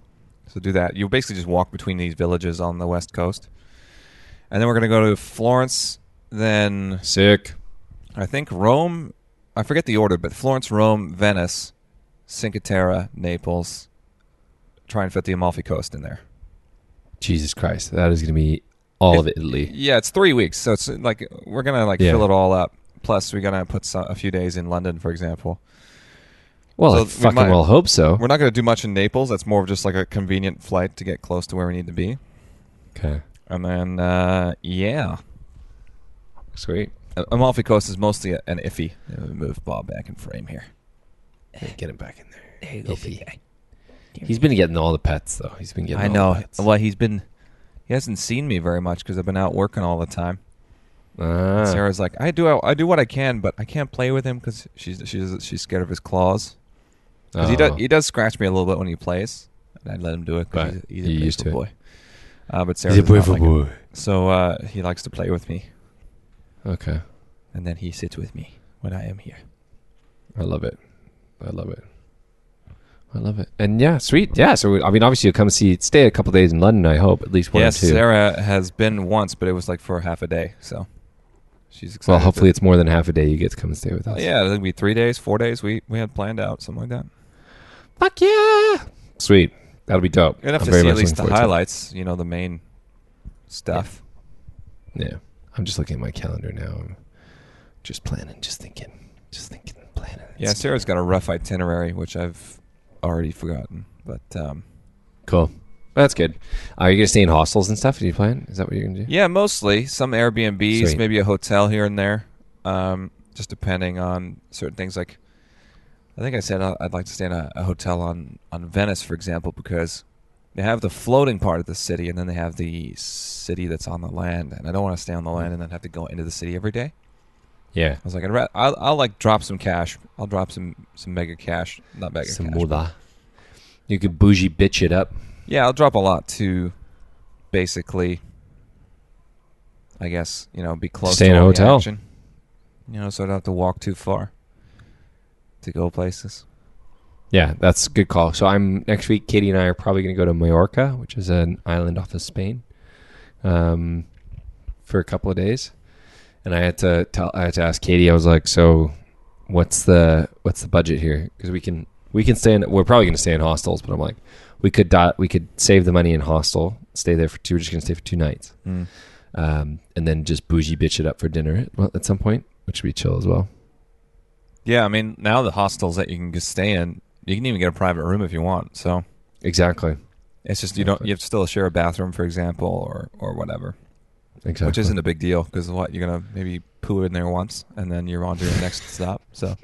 so do that. You basically just walk between these villages on the west coast. And then we're going to go to Florence, then Sick. I think Rome. I forget the order, but Florence, Rome, Venice, Cinque Terre, Naples. Try and fit the Amalfi Coast in there. Jesus Christ, that is going to be all of Italy. Yeah, it's three weeks, so it's like we're gonna like Yeah. fill it all up. Plus, we're gonna put so a few days in London, for example. Well, So I we fucking might- well hope so. We're not gonna do much in Naples. That's more of just like a convenient flight to get close to where we need to be. Okay, And then, uh, yeah, sweet. A- Amalfi Coast Uh, is mostly a- an iffy. Uh, Move Bob back in frame here. Get him back in there. He's been getting all the pets though. He's been getting. I all know. The pets. Well, he's been he hasn't seen me very much because I've been out working all the time. Ah, Sarah's like, I do I do what I can, but I can't play with him because she's she's she's scared of his claws. 'Cause he Oh. does he does scratch me a little bit when he plays. And I let him do it But because he's, he's a you're used to playful boy. Uh, but Sarah does not like it. So uh, he likes to play with me, Okay, and then he sits with me when I am here. I love it. I love it. I love it. And yeah, sweet. Yeah. So I mean, obviously, you'll come see, stay a couple days in London. I hope at least one yes, or two. Sarah has been once, but it was like for half a day. So she's excited. well, to- hopefully, it's more than half a day. You get to come and stay with us. Oh, yeah, it'll be three days, four days. We we had planned out something like that. Fuck yeah. Sweet. That'll be dope. You'd have I'm to very see at much least the looking forward highlights. You know, the main stuff. to it. Yeah. I'm just looking at my calendar now. I'm just planning, just thinking, just thinking, planning. Yeah, Sarah's got a rough itinerary, which I've already forgotten. But um, Cool. That's good. Are you gonna stay in hostels and stuff? Do you plan? Is that what you're gonna do? yeah, mostly some Airbnbs, Sweet. maybe a hotel here and there, um, just depending on certain things. Like I think I said I- I'd like to stay in a, a hotel on on Venice, for example, because they have the floating part of the city, and then they have the city that's on the land. And I don't want to stay on the Mm. land and then have to go into the city every day. Yeah. I was like, I'd ra- I'll, I'll like drop some cash. I'll drop some some mega cash, not mega Some cash. moda. You could bougie bitch it up. Yeah, I'll drop a lot to basically, I guess, you know, be close Stay to in a all the hotel. action. You know, so I don't have to walk too far to go places. Yeah, that's a good call. So I'm next week. Katie and I are probably going to go to Mallorca, which is an island off of Spain, um, for a couple of days. And I had to tell, I had to ask Katie. I was like, "So, what's the what's the budget here? Because we can we can stay in. We're probably going to stay in hostels, but I'm like, we could dot, we could save the money in hostel, stay there for two. We're just going to stay for two nights, Mm. um, and then just bougie bitch it up for dinner at, well, at some point, which would be chill as well. Yeah, I mean, now the hostels that you can just stay in, you can even get a private room if you want. So Exactly. It's just you don't you have to still share a bathroom, for example, or or whatever, Exactly. which isn't a big deal because what you're gonna maybe poo in there once and then you're on to your next stop. So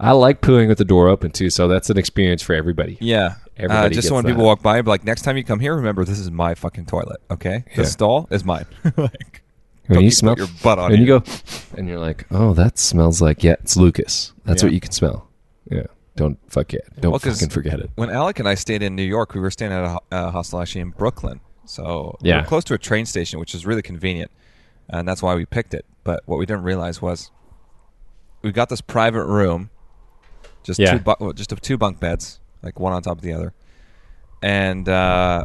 I like pooing with the door open too, so that's an experience for everybody. yeah, uh, Everybody just gets so when people that. walk by, be like next time you come here, remember this is my fucking toilet. Okay, Yeah. the stall is mine. like, When don't you put smell your butt on and you here. go and you're like, "Oh, that smells like yeah, it's Lucas." That's Yeah. what you can smell. Yeah. Don't fuck it. Don't Well, 'cause- fucking forget it. when Alec and I stayed in New York, we were staying at a ho- uh, hostel actually in Brooklyn. So we Yeah. we're close to a train station, which is really convenient, and that's why we picked it. But what we didn't realize was we got this private room, just Yeah. two bu- well, just two bunk beds, like one on top of the other, and uh,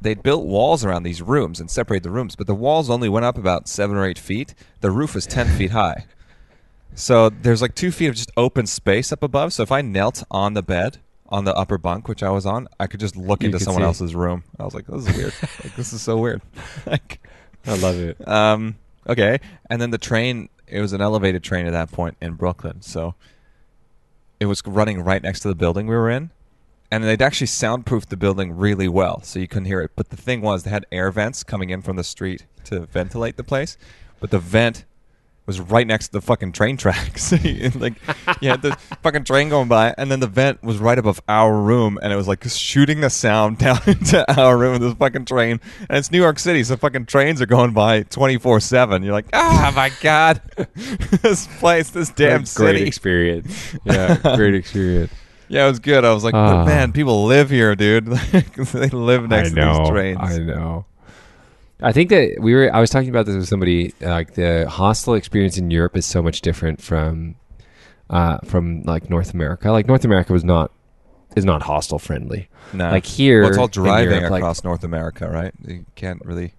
they built walls around these rooms and separated the rooms. But the walls only went up about seven or eight feet. The roof was ten feet high. So there's like two feet of just open space up above. So if I knelt on the bed on the upper bunk, which I was on, I could just look You into could someone see. else's room. I was like, this is weird. like, this is so weird. like, I love it. um, okay. And then the train, it was an elevated train at that point in Brooklyn. So it was running right next to the building we were in. And they'd actually soundproofed the building really well, so you couldn't hear it. But the thing was, they had air vents coming in from the street to ventilate the place. But the vent was right next to the fucking train tracks. You- like, you had the fucking train going by, and then the vent was right above our room, and it was like shooting the sound down into our room with this fucking train. And it's New York City, so fucking trains are going by 24 7. You're like, ah, my God, this place, this damn great city. experience. Yeah, great experience. Yeah, it was good. I was like, but Ah. man, people live here, dude. they live next I to know. these trains. I know. I think that we were. I was talking about this with somebody. Like the hostel experience in Europe is so much different from, uh, from like North America. Like North America was not is not hostel friendly. No. Like here, well, it's all in driving Europe, like- across North America, right? You can't really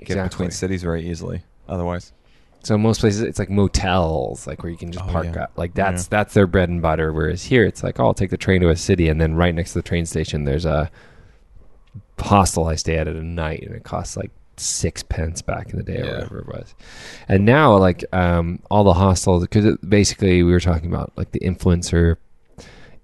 get Exactly. between cities very easily. Otherwise, So most places it's like motels, like where you can just Oh, park yeah. up. Like that's that's their bread and butter. Whereas here it's like, oh, I'll take the train to a city, and then right next to the train station there's a hostel I stay at at a night, and it costs like six pence back in the day or Yeah. whatever it was. And now like um, all the hostels, because basically we were talking about like the influencer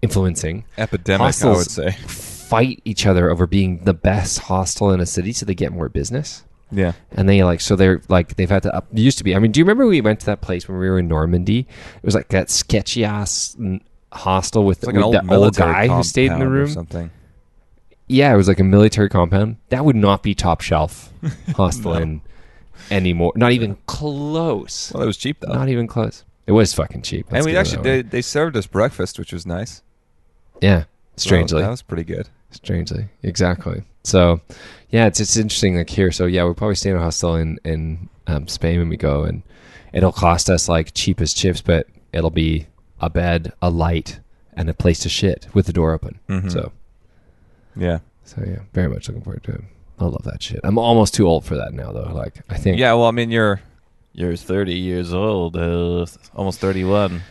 influencing epidemic, I Hostels- would say. fight each other over being the best hostel in a city so they get more business Yeah. and they like so they're like they've had to up used to be i mean do you remember we went to that place when we were in normandy it was like that sketchy ass n- hostel with, It's like with an old that old military guy who stayed in the compound or room something. yeah it was like a military compound that would not be top shelf hostel in anymore not even close Well, it was cheap though. not even close it was fucking cheap and let's we give it actually that way. they, they served us breakfast, which was nice. yeah So strangely that was pretty good. strangely exactly so yeah it's it's interesting like here so yeah we'll probably stay in a hostel in in um, spain when we go and it'll cost us like cheap as chips but it'll be a bed a light and a place to shit with the door open Mhm. so Yeah. so yeah very much looking forward to it i love that shit i'm almost too old for that now though like i think Yeah. Well, I mean, you're You're 30 years old, uh, almost 31.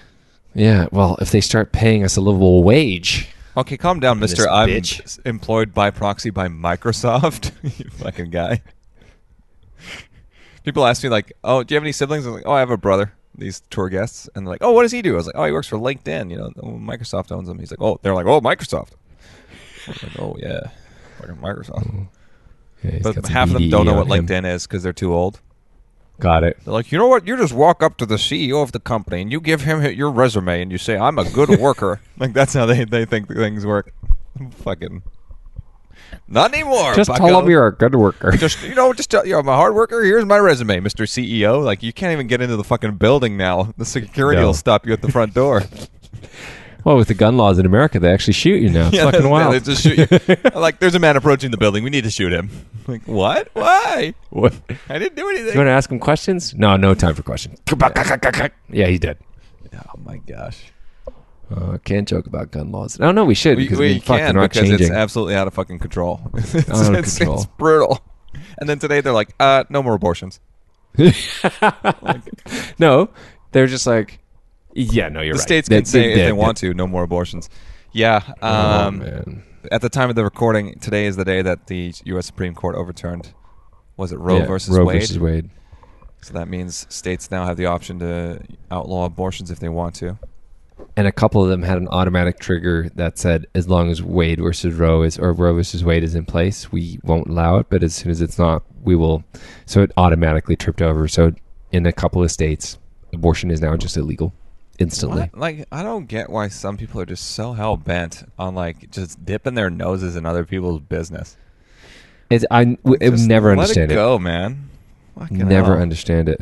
yeah well if they start paying us a livable wage okay. Calm down, This Mister. I'm bitch. s- employed by proxy by Microsoft. you fucking guy. People ask me like, "Oh, do you have any siblings?" I'm like, "Oh, I have a brother." These tour guests, and they're like, "Oh, what does he do?" I was like, "Oh, he works for LinkedIn. You know, oh, Microsoft owns him." He's like, "Oh," they're like, "Oh, Microsoft." I'm like, "Oh yeah, fucking Microsoft." Yeah, Mm, he's got But some half of them BDE don't know what on him. LinkedIn is because they're too old. got it They're like, you know what? You just walk up to the CEO of the company and you give him your resume and you say, "I'm a good worker." Like that's how they, they think things work. Fucking not anymore. just bucko. tell them you're a good worker just you know just tell you I'm a hard worker. Here's my resume, Mr. CEO. Like you can't even get into the fucking building now. The security No. will stop you at the front door. well with the gun laws in america they actually shoot you now it's fucking that's- wild They just shoot you. like there's a man approaching the building. We need to shoot him. Like what? Why? What? You I didn't do anything. want to ask him questions? No, no time for questions. Yeah, he's dead. oh my gosh. Uh, can't joke about gun laws. No, no, we should We, because we we, fuck, they're can not because changing. it's absolutely out of fucking control. it's, Out of it's- control. it's brutal. And then today they're like, uh, no more abortions. no, they're just like, yeah, no, you're the right. states can say if they want to, no more abortions. Yeah. Oh, Um, at the time of the recording, today is the day that the U.S. Supreme Court overturned. Was it Roe versus Roe Wade? versus Wade. So that means states now have the option to outlaw abortions if they want to. and a couple of them had an automatic trigger that said, as long as Wade versus Roe is or Roe versus Wade is in place, we won't allow it. But as soon as it's not, we will. So it automatically tripped over. So in a couple of states, abortion is now just illegal instantly. What? Like, I don't get why some people are just so hell bent on like just dipping their noses in other people's business. It's, I w- I would Just never let understand it it. go, man. Fucking Never hell. understand it.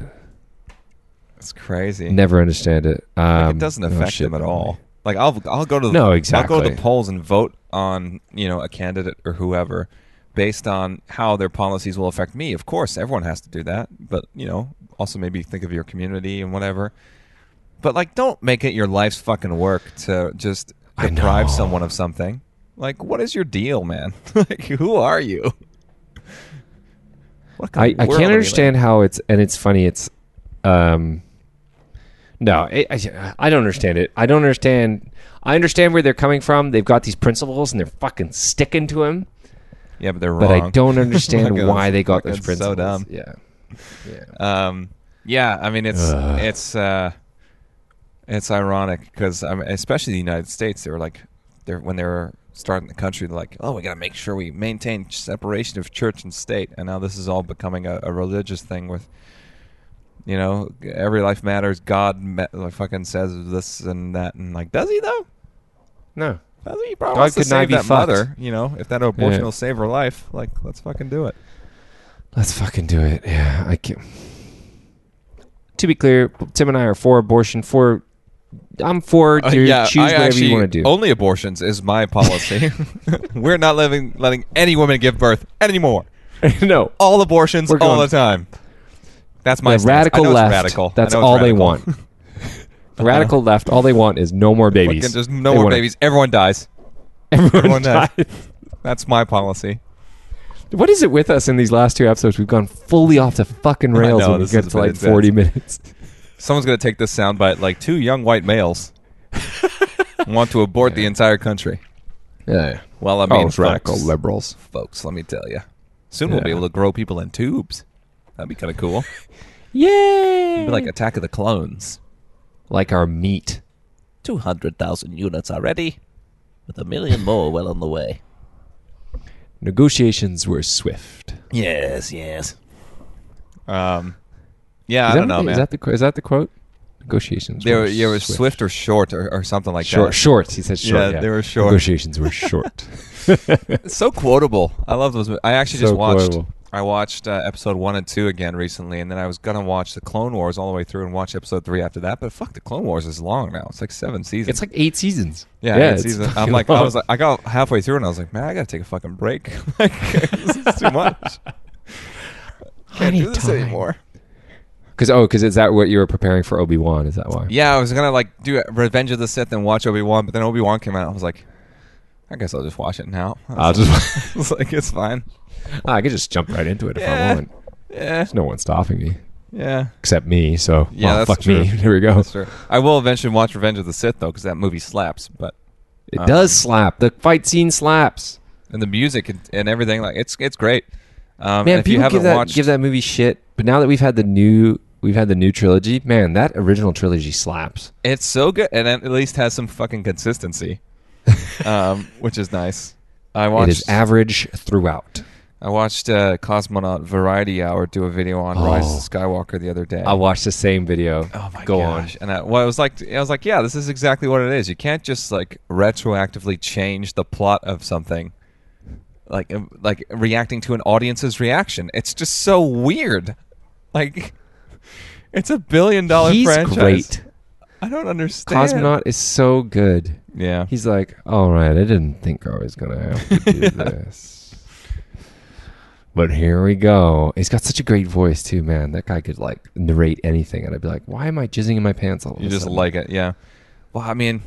It's crazy. Never understand it. Um, Like, it doesn't oh, affect shit. them at all. Like I'll I'll go to the, No, I'll go to exactly. the polls and vote on you know a candidate or whoever based on how their policies will affect me. Of course, everyone has to do that, but you know also maybe think of your community and whatever. But like, don't make it your life's fucking work to just I deprive know. someone of something. Like, what is your deal, man? like, who are you? What I, kind I of world can't are we understand how it's and it's funny. It's um, no, I, I, I don't understand it. I don't understand. I understand where they're coming from. They've got these principles and they're fucking sticking to them. living? Yeah, but they're wrong. But I don't understand Fucking- why they got those fucking so principles. dumb. Yeah, yeah. Um, yeah, I mean it's Ugh. it's uh, it's ironic because I mean, especially the United States, they were like, they're when they were starting the country, they're like, oh, we got to make sure we maintain separation of church and state, and now this is all becoming a, a religious thing with. You know, every life matters. God ma- like, fucking says this and that, and like, does he though? No, Does he? He probably God wants to could not save be that fucked. mother. You know, if that abortion Yeah. will save her life, like, let's fucking do it. let's fucking do it. Yeah, I can. To be clear, Tim and I are for abortion. For I'm for Uh, you yeah, choose I whatever actually, you want to do. Only abortions is my policy. We're not living, letting any woman give birth anymore. no, All abortions, We're all going- the time. That's my the stance. I radical know it's left. Radical. That's I know it's all they radical. want. radical left. All they want is no more Fucking babies. Just no They more want it. babies. Everyone dies. Everyone, everyone dies. dies. That's my policy. What is it with us in these last two episodes? We've gone fully off the fucking I rails know, when we this get to has been like intense. forty minutes. Someone's gonna take this soundbite like two young white males want to abort the entire country. Yeah. Well, I mean, folks, Oh, liberals. folks, let me tell you. Soon we'll Yeah. be able to grow people in tubes. That'd be kind of cool. Yay! It'd be like Attack of the Clones. like our meat. 200,000 units already, with a million more well on the way. Negotiations were swift. Yes, yes. Um, yeah, is I that don't what know, they- man. Is that the qu- is that the quote? Negotiations. they were were, yeah, it was swift. or short or, or something like short. that. Short. He said short. Yeah, Yeah, they were short. Negotiations were short. It's so quotable. I love those. mo- I actually just So watched. quotable. I watched uh, episode one and two again recently, and then I was gonna watch the Clone Wars all the way through and watch episode three after that. But fuck, the Clone Wars is long now. It's like seven seasons. it's like eight seasons. yeah, eight it's seasons. I'm fucking like, I long. was like, I got halfway through and I was like, man, I gotta take a fucking break. like, this is too much. Can't Honey do this time. anymore. Because oh, because is that what you were preparing for Obi Wan? Is that why? Yeah, I was gonna like do Revenge of the Sith and watch Obi Wan, but then Obi Wan came out. I was like, I guess I'll just watch it now. I'll just. it's like it's fine. Ah, I could just jump right into it if Yeah. I want. Yeah, There's no one stopping me yeah, except me. So Yeah, well, that's fuck me. true. There we go. sure. I will eventually watch Revenge of the Sith though, because that movie slaps. But Uh, It does slap. The fight scene slaps. and the music and, and everything, like it's it's great. Um, Man, and if you people haven't give that watched, give that movie shit. But now that we've had the new we've had the new trilogy, man, that original trilogy slaps. it's so good, and it at least has some fucking consistency, um, which is nice. I watched. It is average throughout. I watched uh, Cosmonaut Variety Hour do a video on Rise of Skywalker the other day. Oh. I watched the same video. Oh my go gosh! And I, well, I was like, I was like, yeah, this is exactly what it is. You can't just like retroactively change the plot of something, like um, like reacting to an audience's reaction. It's just so weird. Like, it's a billion dollar on. He's franchise. great. I don't understand. Cosmonaut is so good. Yeah. He's like, all right, I didn't think I was gonna have to do this, but here we go. He's got such a great voice too, man. That guy could like narrate anything, and I'd be like, why am I jizzing in my pants all of you a just sudden? like it, yeah. Well, I mean,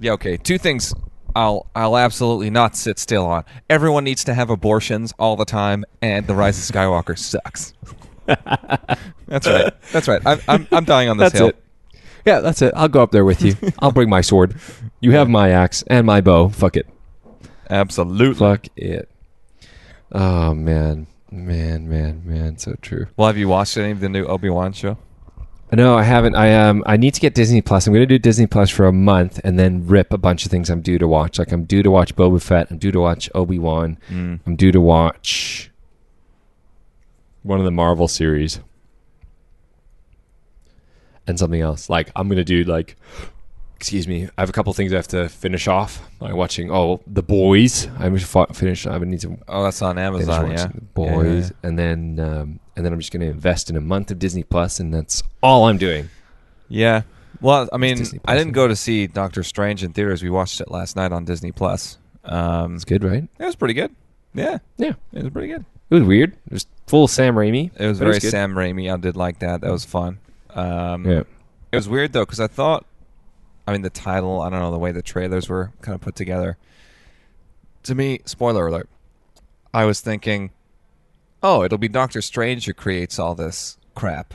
yeah. Okay, two things. I'll I'll absolutely not sit still on. Everyone needs to have abortions all the time, and the Rise of Skywalker sucks. That's right. That's right. I'm I'm, I'm dying on this That's hill. it. Yeah, that's it. I'll go up there with you. I'll bring my sword. You have my axe and my bow. Fuck it. Absolutely. Fuck it. Oh man, man, man, man. So true. Well, have you watched any of the new Obi Wan show? No, I haven't. I um, I need to get Disney Plus. I'm going to do Disney Plus for a month and then rip a bunch of things I'm due to watch. Like I'm due to watch Boba Fett. I'm due to watch Obi Wan. I'm due to watch one of the Marvel series and something else. Like I'm going to do like, excuse me. I have a couple things I have to finish off. Like watching oh the boys. I'm fi- finished. I would need to Oh, that's on finish Amazon. Yeah, watching The boys, Yeah, yeah, yeah. and then um, and then I'm just going to invest in a month of Disney Plus, and that's all I'm doing. Yeah. Well, I mean, Disney I Plus, didn't isn't go to see Doctor Strange in theaters. We watched it last night on Disney Plus. Um, It's good, right? it was pretty good. Yeah, Yeah, it was pretty good. it was weird. It was full Sam Raimi. It was but very good. Sam Raimi. I did like that. That was fun. Um, Yeah, It was weird though because I thought, I mean, the title. I don't know the way the trailers were kind of put together. To me, spoiler alert. I was thinking, oh, it'll be Doctor Strange who creates all this crap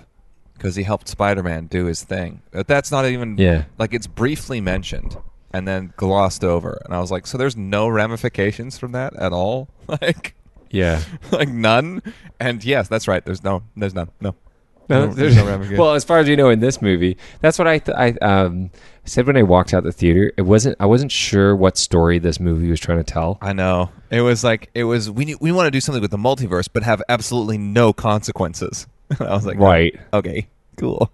because he helped Spider-Man do his thing. But that's not even Yeah. Like it's briefly mentioned and then glossed over, and I was like, so there's no ramifications from that at all, like. yeah. like none. And yes, that's right. There's no, there's none. No. No, there's no ramification. well, as far as you know, in this movie, that's what I th- I um, said when I walked out the theater. It wasn't I wasn't sure what story this movie was trying to tell. I know. It was like it was we need, we want to do something with the multiverse but have absolutely no consequences. I was like, Right. Okay. Cool.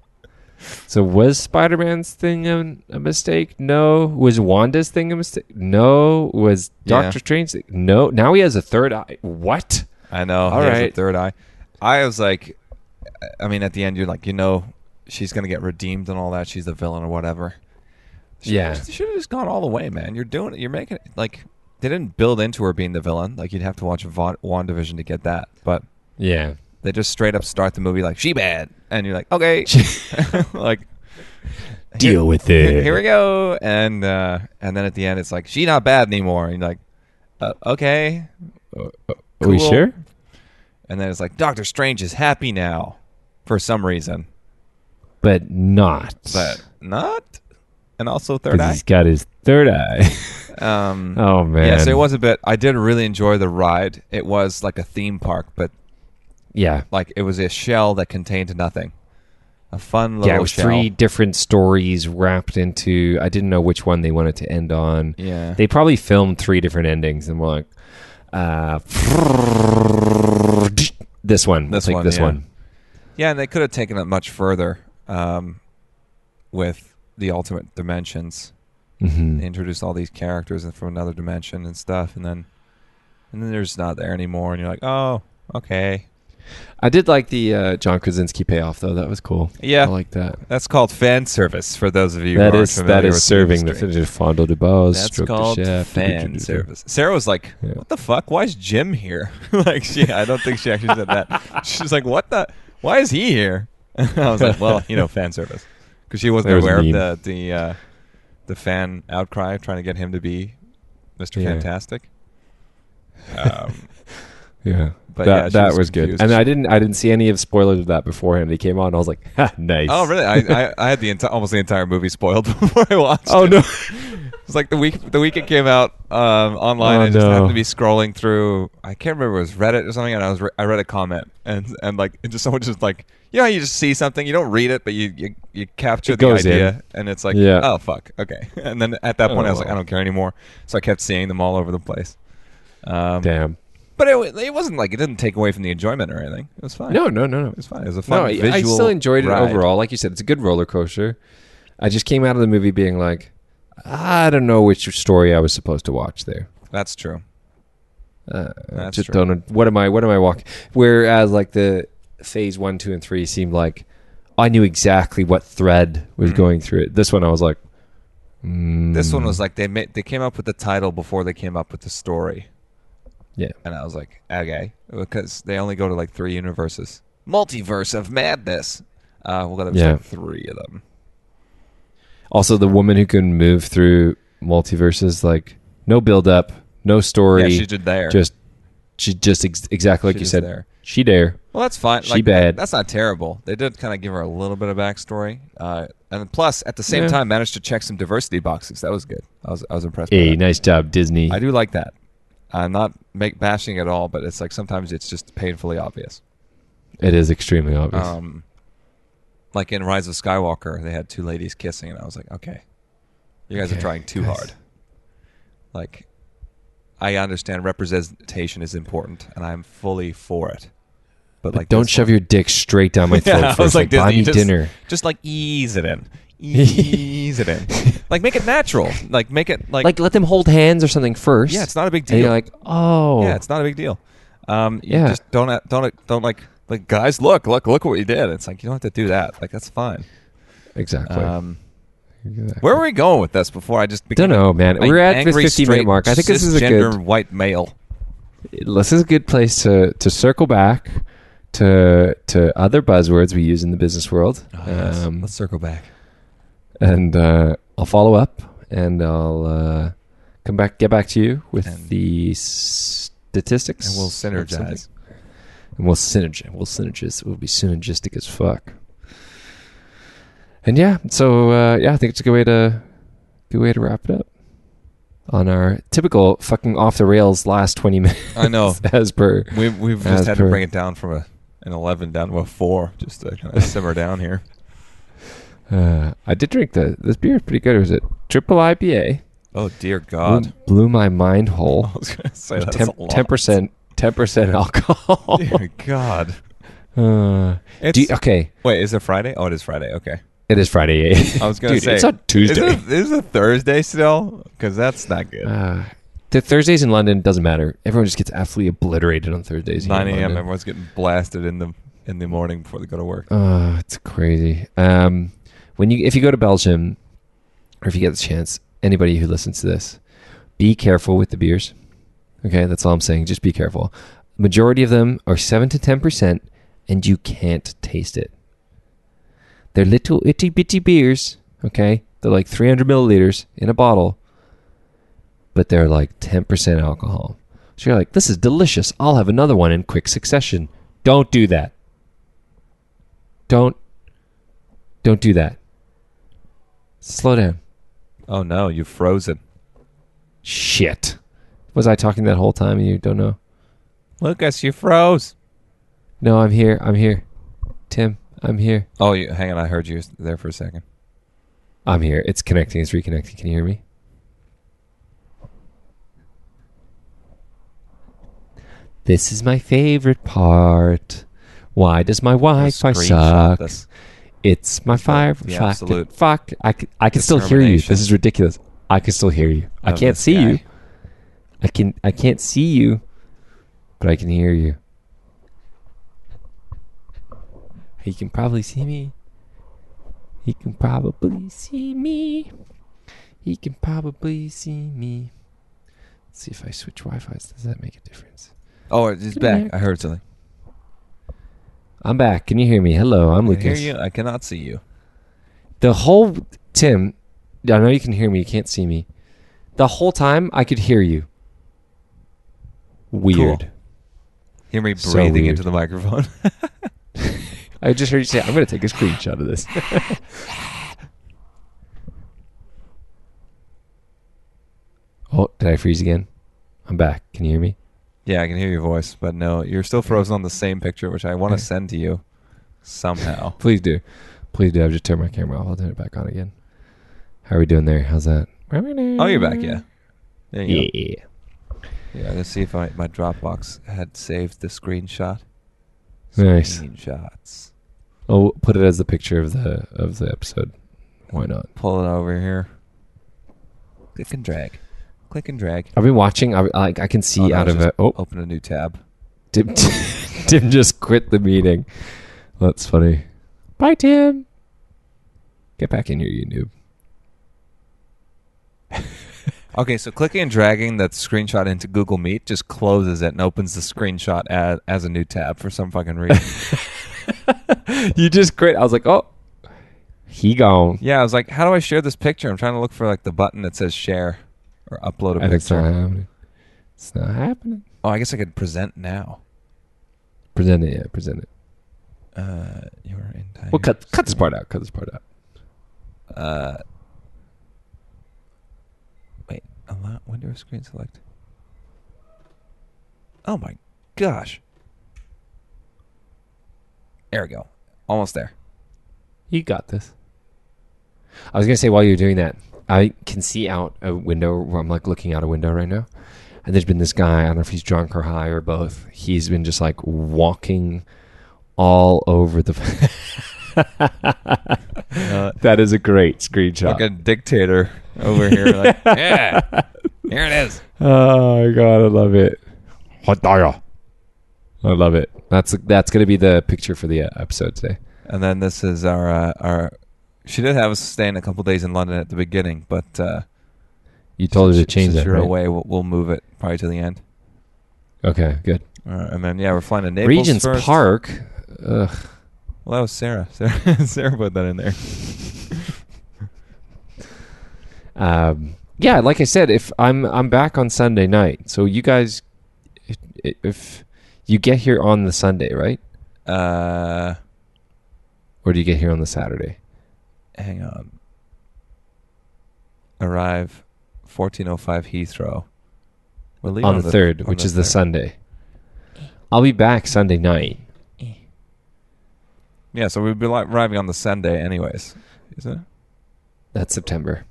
So was Spider Man's thing a, a mistake? No. Was Wanda's thing a mistake? No. Was Yeah. Doctor Strange? No. Now he has a third eye. What? I know. All All right. right. third eye. I was like I mean at the end you're like, you know, she's going to get redeemed and all that. She's the villain or whatever. Yeah. You should have just gone all the way, man. You're doing it. You're making it like they didn't build into her being the villain. Like you'd have to watch Va- WandaVision to get that. But Yeah. They just straight up start the movie like she bad, and you're like, okay, like deal with it. Here we go, and uh, and then at the end it's like she not bad anymore, and you're like, uh, okay, Are we Cool. sure? and then it's like Doctor Strange is happy now for some reason, But not. but not, and also third 'Cause eye. he's got his third eye. Um, oh man. yeah, so it was a bit. I did really enjoy the ride. It was like a theme park, but Yeah. like it was a shell that contained nothing. A fun little yeah, it was shell. three different stories wrapped into. I didn't know which one they wanted to end on. Yeah. they probably filmed three different endings and were like, uh, this one, This We'll take one, this yeah. one. Yeah, and they could have taken it much further um, with the ultimate dimensions. Mhm. They introduced all these characters and from another dimension and stuff, and then and then they're just not there anymore. And you're like, oh, okay, I did like the uh, John Krasinski payoff though. That was cool. Yeah. I like that. that's called fan service for those of you. that who aren't is familiar that is with serving the industry. finished fondle de bows. That's stroke the called shaft. fan service. Sarah was like, Yeah. "What the fuck? Why is Jim here?" like, she, I don't think she actually said that. She's like, "What the? Why is he here?" I was like, "Well, you know, fan service," because she wasn't There was a aware meme. of the the uh, the fan outcry trying to get him to be Mister Yeah. Fantastic. Um, Yeah, But that yeah, she that was was, good. confused. And I didn't I didn't see any of spoilers of that beforehand. He came on. I was like, ha, nice. oh, really? I, I, I had the enti- almost the entire movie spoiled before I watched. Oh it. no. It's like the week the week it came out um, online. Oh, I just no. happened to be scrolling through. I can't remember if it was Reddit or something, and I was re- I read a comment and and like it just someone just like you know how you just see something you don't read it but you you, you capture It the goes idea in. and it's like Yeah. oh fuck okay and then at that point I was Oh. like I don't care anymore so I kept seeing them all over the place. Um, Damn. But it, wa- it wasn't like it didn't take away from the enjoyment or anything. It was fine. No, no, no, no. it was fine. It was a fun. No, I, visual I still enjoyed it ride. overall. Like you said, it's a good roller coaster. I just came out of the movie being like, I don't know which story I was supposed to watch there. That's true. Uh, That's just true. don't know what am I what am I walking. Whereas like the phase one, two, and three seemed like I knew exactly what thread Mm. was going through it. This one, I was like, mm, This one was like they made, they came up with the title before they came up with the story. Yeah. and I was like, okay, because they only go to like three universes, multiverse of madness. Uh, well, there was Yeah. like three of them. also the woman who can move through multiverses. Like no build up, no story. Yeah, she's just there. Just she just ex- exactly like She you just said. there. She there. well, that's fine. she like, bad. That's not terrible. They did kind of give her a little bit of backstory, uh, and plus at the same Yeah. time managed to check some diversity boxes. That was good. I was I was impressed. by Hey, that. nice job, Disney. I do like that. I'm not make bashing at all, but it's like sometimes it's just painfully obvious. It is extremely obvious. Um, like in Rise of Skywalker, they had two ladies kissing, and I was like, okay, you guys are Okay, trying too guys. hard. Like, I understand representation is important, and I'm fully for it. But like, Don't this shove your dick straight down my throat. yeah, I was first. like, buy Disney, me just, dinner. Just like ease it in, ease it in. Like make it natural. Like make it like, Like, let them hold hands or something first. yeah. It's not a big And deal. you're like, oh, yeah, it's not a big deal. Um, you Yeah. just don't don't don't like like guys. Look, look, look what you did. It's like you don't have to do that. Like that's fine. exactly. Um, Exactly. where were we going with this before I just became Don't know, man. an We're at this angry, 50 straight, minute mark. I think this is a cisgender good. white male. This is a good place to to circle back to to other buzzwords we use in the business world. Oh, Um, Let's circle back. and uh, I'll follow up and I'll uh, come back, get back to you with And- the statistics, And we'll of synergize. something. and we'll synergize, we'll synergize, we'll be synergistic as fuck. And yeah, so uh, yeah, I think it's a good way to good way to wrap it up on our typical fucking off the rails last twenty minutes. I know. as per We've we've As just had to per- bring it down from a an eleven down to a four, just to kind of simmer down here. uh, I did drink the this beer is pretty good. It was a triple IPA. Oh dear God! Blew, blew my mind whole. I was gonna say that's a lot. ten percent, ten percent alcohol. Dear God! Uh, It's, do you- okay, wait, is it Friday? Oh, it is Friday. Okay, it is Friday. I was gonna Dude, say it's on Tuesday. Is it, is it Thursday still? Because that's not good. uh, the Thursdays in London doesn't matter. Everyone just gets absolutely obliterated on Thursdays. here in Nine a.m. London. Everyone's getting blasted in the in the morning before they go to work. Uh, it's crazy. Um, when you if you go to Belgium, or if you get the chance, anybody who listens to this, be careful with the beers. Okay, that's all I'm saying. Just be careful. Majority of them are seven to ten percent, and you can't taste it. They're little itty bitty beers. Okay, they're like 300 milliliters in a bottle, but they're like 10 percent alcohol. So you're like, this is delicious. I'll have another one in quick succession. Don't do that don't don't do that slow down Oh no, you've frozen. shit was i talking that whole time and you don't know Lucas, you froze. no i'm here i'm here tim i'm here Oh, you, hang on. I heard you there for a second. i'm here it's connecting it's reconnecting can you hear me this is my favorite part why does my wi-fi Screenshot suck this. it's my fire the fuck, absolute fuck i can, I can still hear you determination this is ridiculous i can still hear you i of can't Oh, this see you guy. I can I can't see you, but I can hear you. He can probably see me. He can probably see me. He can probably see me. Let's see if I switch Wi-Fi's. Does that make a difference? Oh, it's back. I heard something. I'm back. Can you hear me? Hello, I'm I can hear Lucas. you. I cannot see you. The whole Tim, I know you can hear me. You can't see me. The whole time I could hear you. Weird. Hear me So breathing weird. into the microphone. I just heard you say, I'm going to take a screenshot of this. oh, did I freeze again? I'm back. Can you hear me? yeah, I can hear your voice, but no, you're still frozen on the same picture, which I want to send to you somehow. Please do. Please do. I've just turned my camera off. I'll turn it back on again. How are we doing there? How's that? Oh, you're back. Yeah. There you go. Yeah. Yeah, let's see if I, my Dropbox had saved the screenshot. Nice. Screenshots. Oh, put it as the picture of the of the episode. Why not? Pull it over here. Click and drag. Click and drag. I've been watching. I I, I can see Oh, no, out it's of just it. Oh, Open a new tab. Tim, Tim just quit the meeting. That's funny. Bye, Tim. Get back in here, you noob. Okay, so clicking and dragging that screenshot into Google Meet just closes it and opens the screenshot as, as a new tab for some fucking reason. You just quit. I was like, oh, he gone. yeah, I was like, how do I share this picture? I'm trying to look for like the button that says share or upload a And it's not picture. happening. It's not happening. Oh, I guess I could present now. Present it. Yeah, present it. Uh, you're in time. Well, cut cut this part out. Cut this part out. Uh, wait, allow window screen select. Oh my gosh. There we go. Almost there. You got this. I was gonna say while you're doing that, I can see out a window. Where I'm like looking out a window right now, and there's been this guy. I don't know if he's drunk or high or both. He's been just like walking all over the. Uh, that is a great screenshot. like a dictator over here. Like, yeah, here it is. Oh my god, I love it. Hodaya. I love it. That's that's gonna be the picture for the uh, episode today. And then this is our uh, our. She did have us staying a couple days in London at the beginning, but uh, You told her to since- change since that, you're right? away, we'll, we'll move it probably to the end. Okay, good. Uh, and then yeah, we're flying to Naples Regent's first. Park. Ugh. Well, that was Sarah. Sarah, Sarah put that in there. Um, yeah, like I said, if I'm I'm back on Sunday night, so you guys, if, if you get here on the Sunday, right, Uh, or do you get here on the Saturday? hang on. Arrive, fourteen oh five Heathrow. We're leaving on the third, on which is the third. Sunday. I'll be back Sunday night. Yeah, so we'd be li- arriving on the Sunday, anyways. Is it? That's September.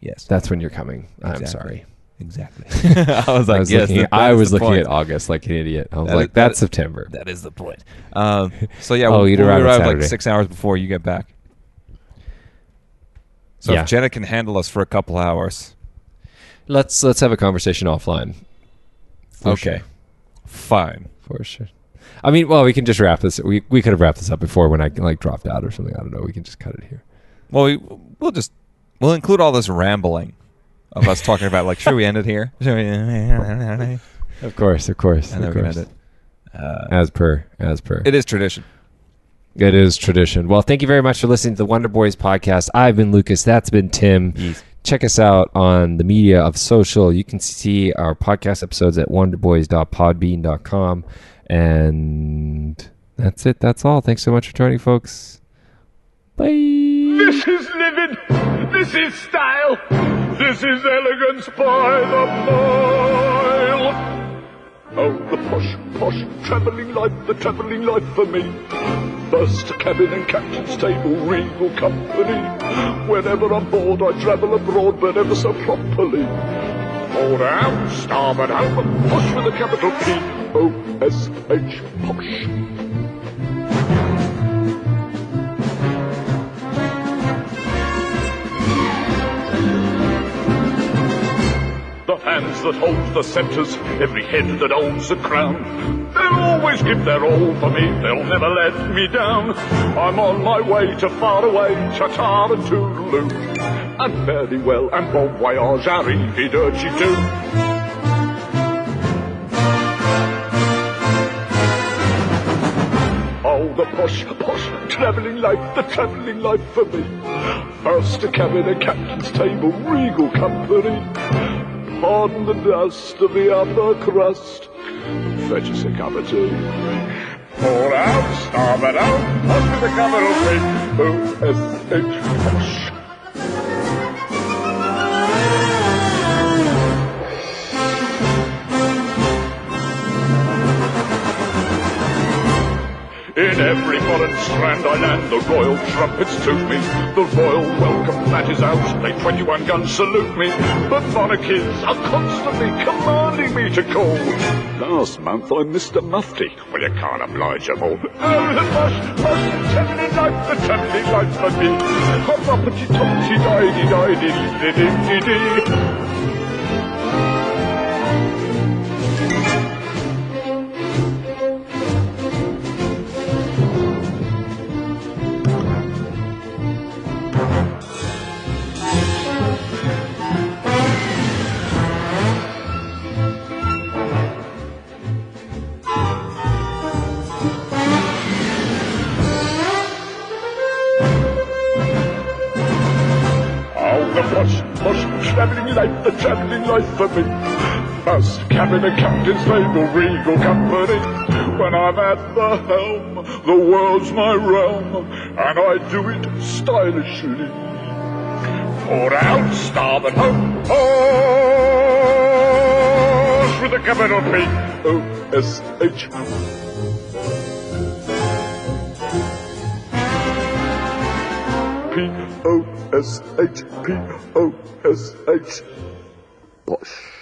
Yes. That's when you're coming. I'm Exactly. sorry. exactly. I was like, I was yes. looking, that- that I is was the looking point. at August like an idiot. I was That like, is- that that's is- September. That is the point. Um, so yeah, Oh, we'll, you'd we'll arrive on arrive like Saturday. six hours before you get back. So Yeah. if Jenna can handle us for a couple hours, let's let's have a conversation offline. For okay, sure. fine. for sure. I mean, well, we can just wrap this. We we could have wrapped this up before when I like dropped out or something. I don't know. We can just cut it here. Well, we, we'll just we'll include all this rambling of us talking about like, should we end it here? Should we- and Of course, of course, then of we can course. end it. Uh, As per, as per. it is tradition. It is tradition. Well, thank you very much for listening to the Wonder Boys podcast. I've been Lucas. That's been Tim. Check us out on the media of social. You can see our podcast episodes at wonderboys.podbean.com. And that's it. That's all. Thanks so much for joining, folks. Bye. This is livid. This is style. This is elegance by the mile. Oh, the posh, posh, travelling life, the travelling life for me. First cabin and captain's table, regal company. Whenever I'm bored, I travel abroad, but ever so properly. Forward out, starboard out, posh with a capital P. O-S-H, posh. The hands that hold the scepters, every head that owns the crown. They'll always give their all for me, they'll never let me down. I'm on my way to far away, Tatar and Toodaloo. And fairly well, and bon voyage, arrivederci too. Oh, the posh, posh, travelling life, the travelling life for me. First a cabin, a captain's table, regal company. Pardon the dust of the upper crust. Fetch us a cup of tea. Pour out, starboard out, under the cover of the O-S-H, posh. In every foreign strand I land, the royal trumpets toot me. The royal welcome flat is out, they 21 guns salute me. But monarchies are constantly commanding me to call. Last month I'm Mr. Mufti. Well, you can't oblige them all. Oh, the mush, mush, tempting life, the tempting life for me. Hop up and topsy di di di di di di Oh, the posh, posh, travelling life, the travelling life for me. First cabin and captain's table, regal company. When I'm at the helm, the world's my realm, and I do it stylishly. Pour out, starboard, ho, ho, with a capital P, O S H. P O S H P O S H. Posh.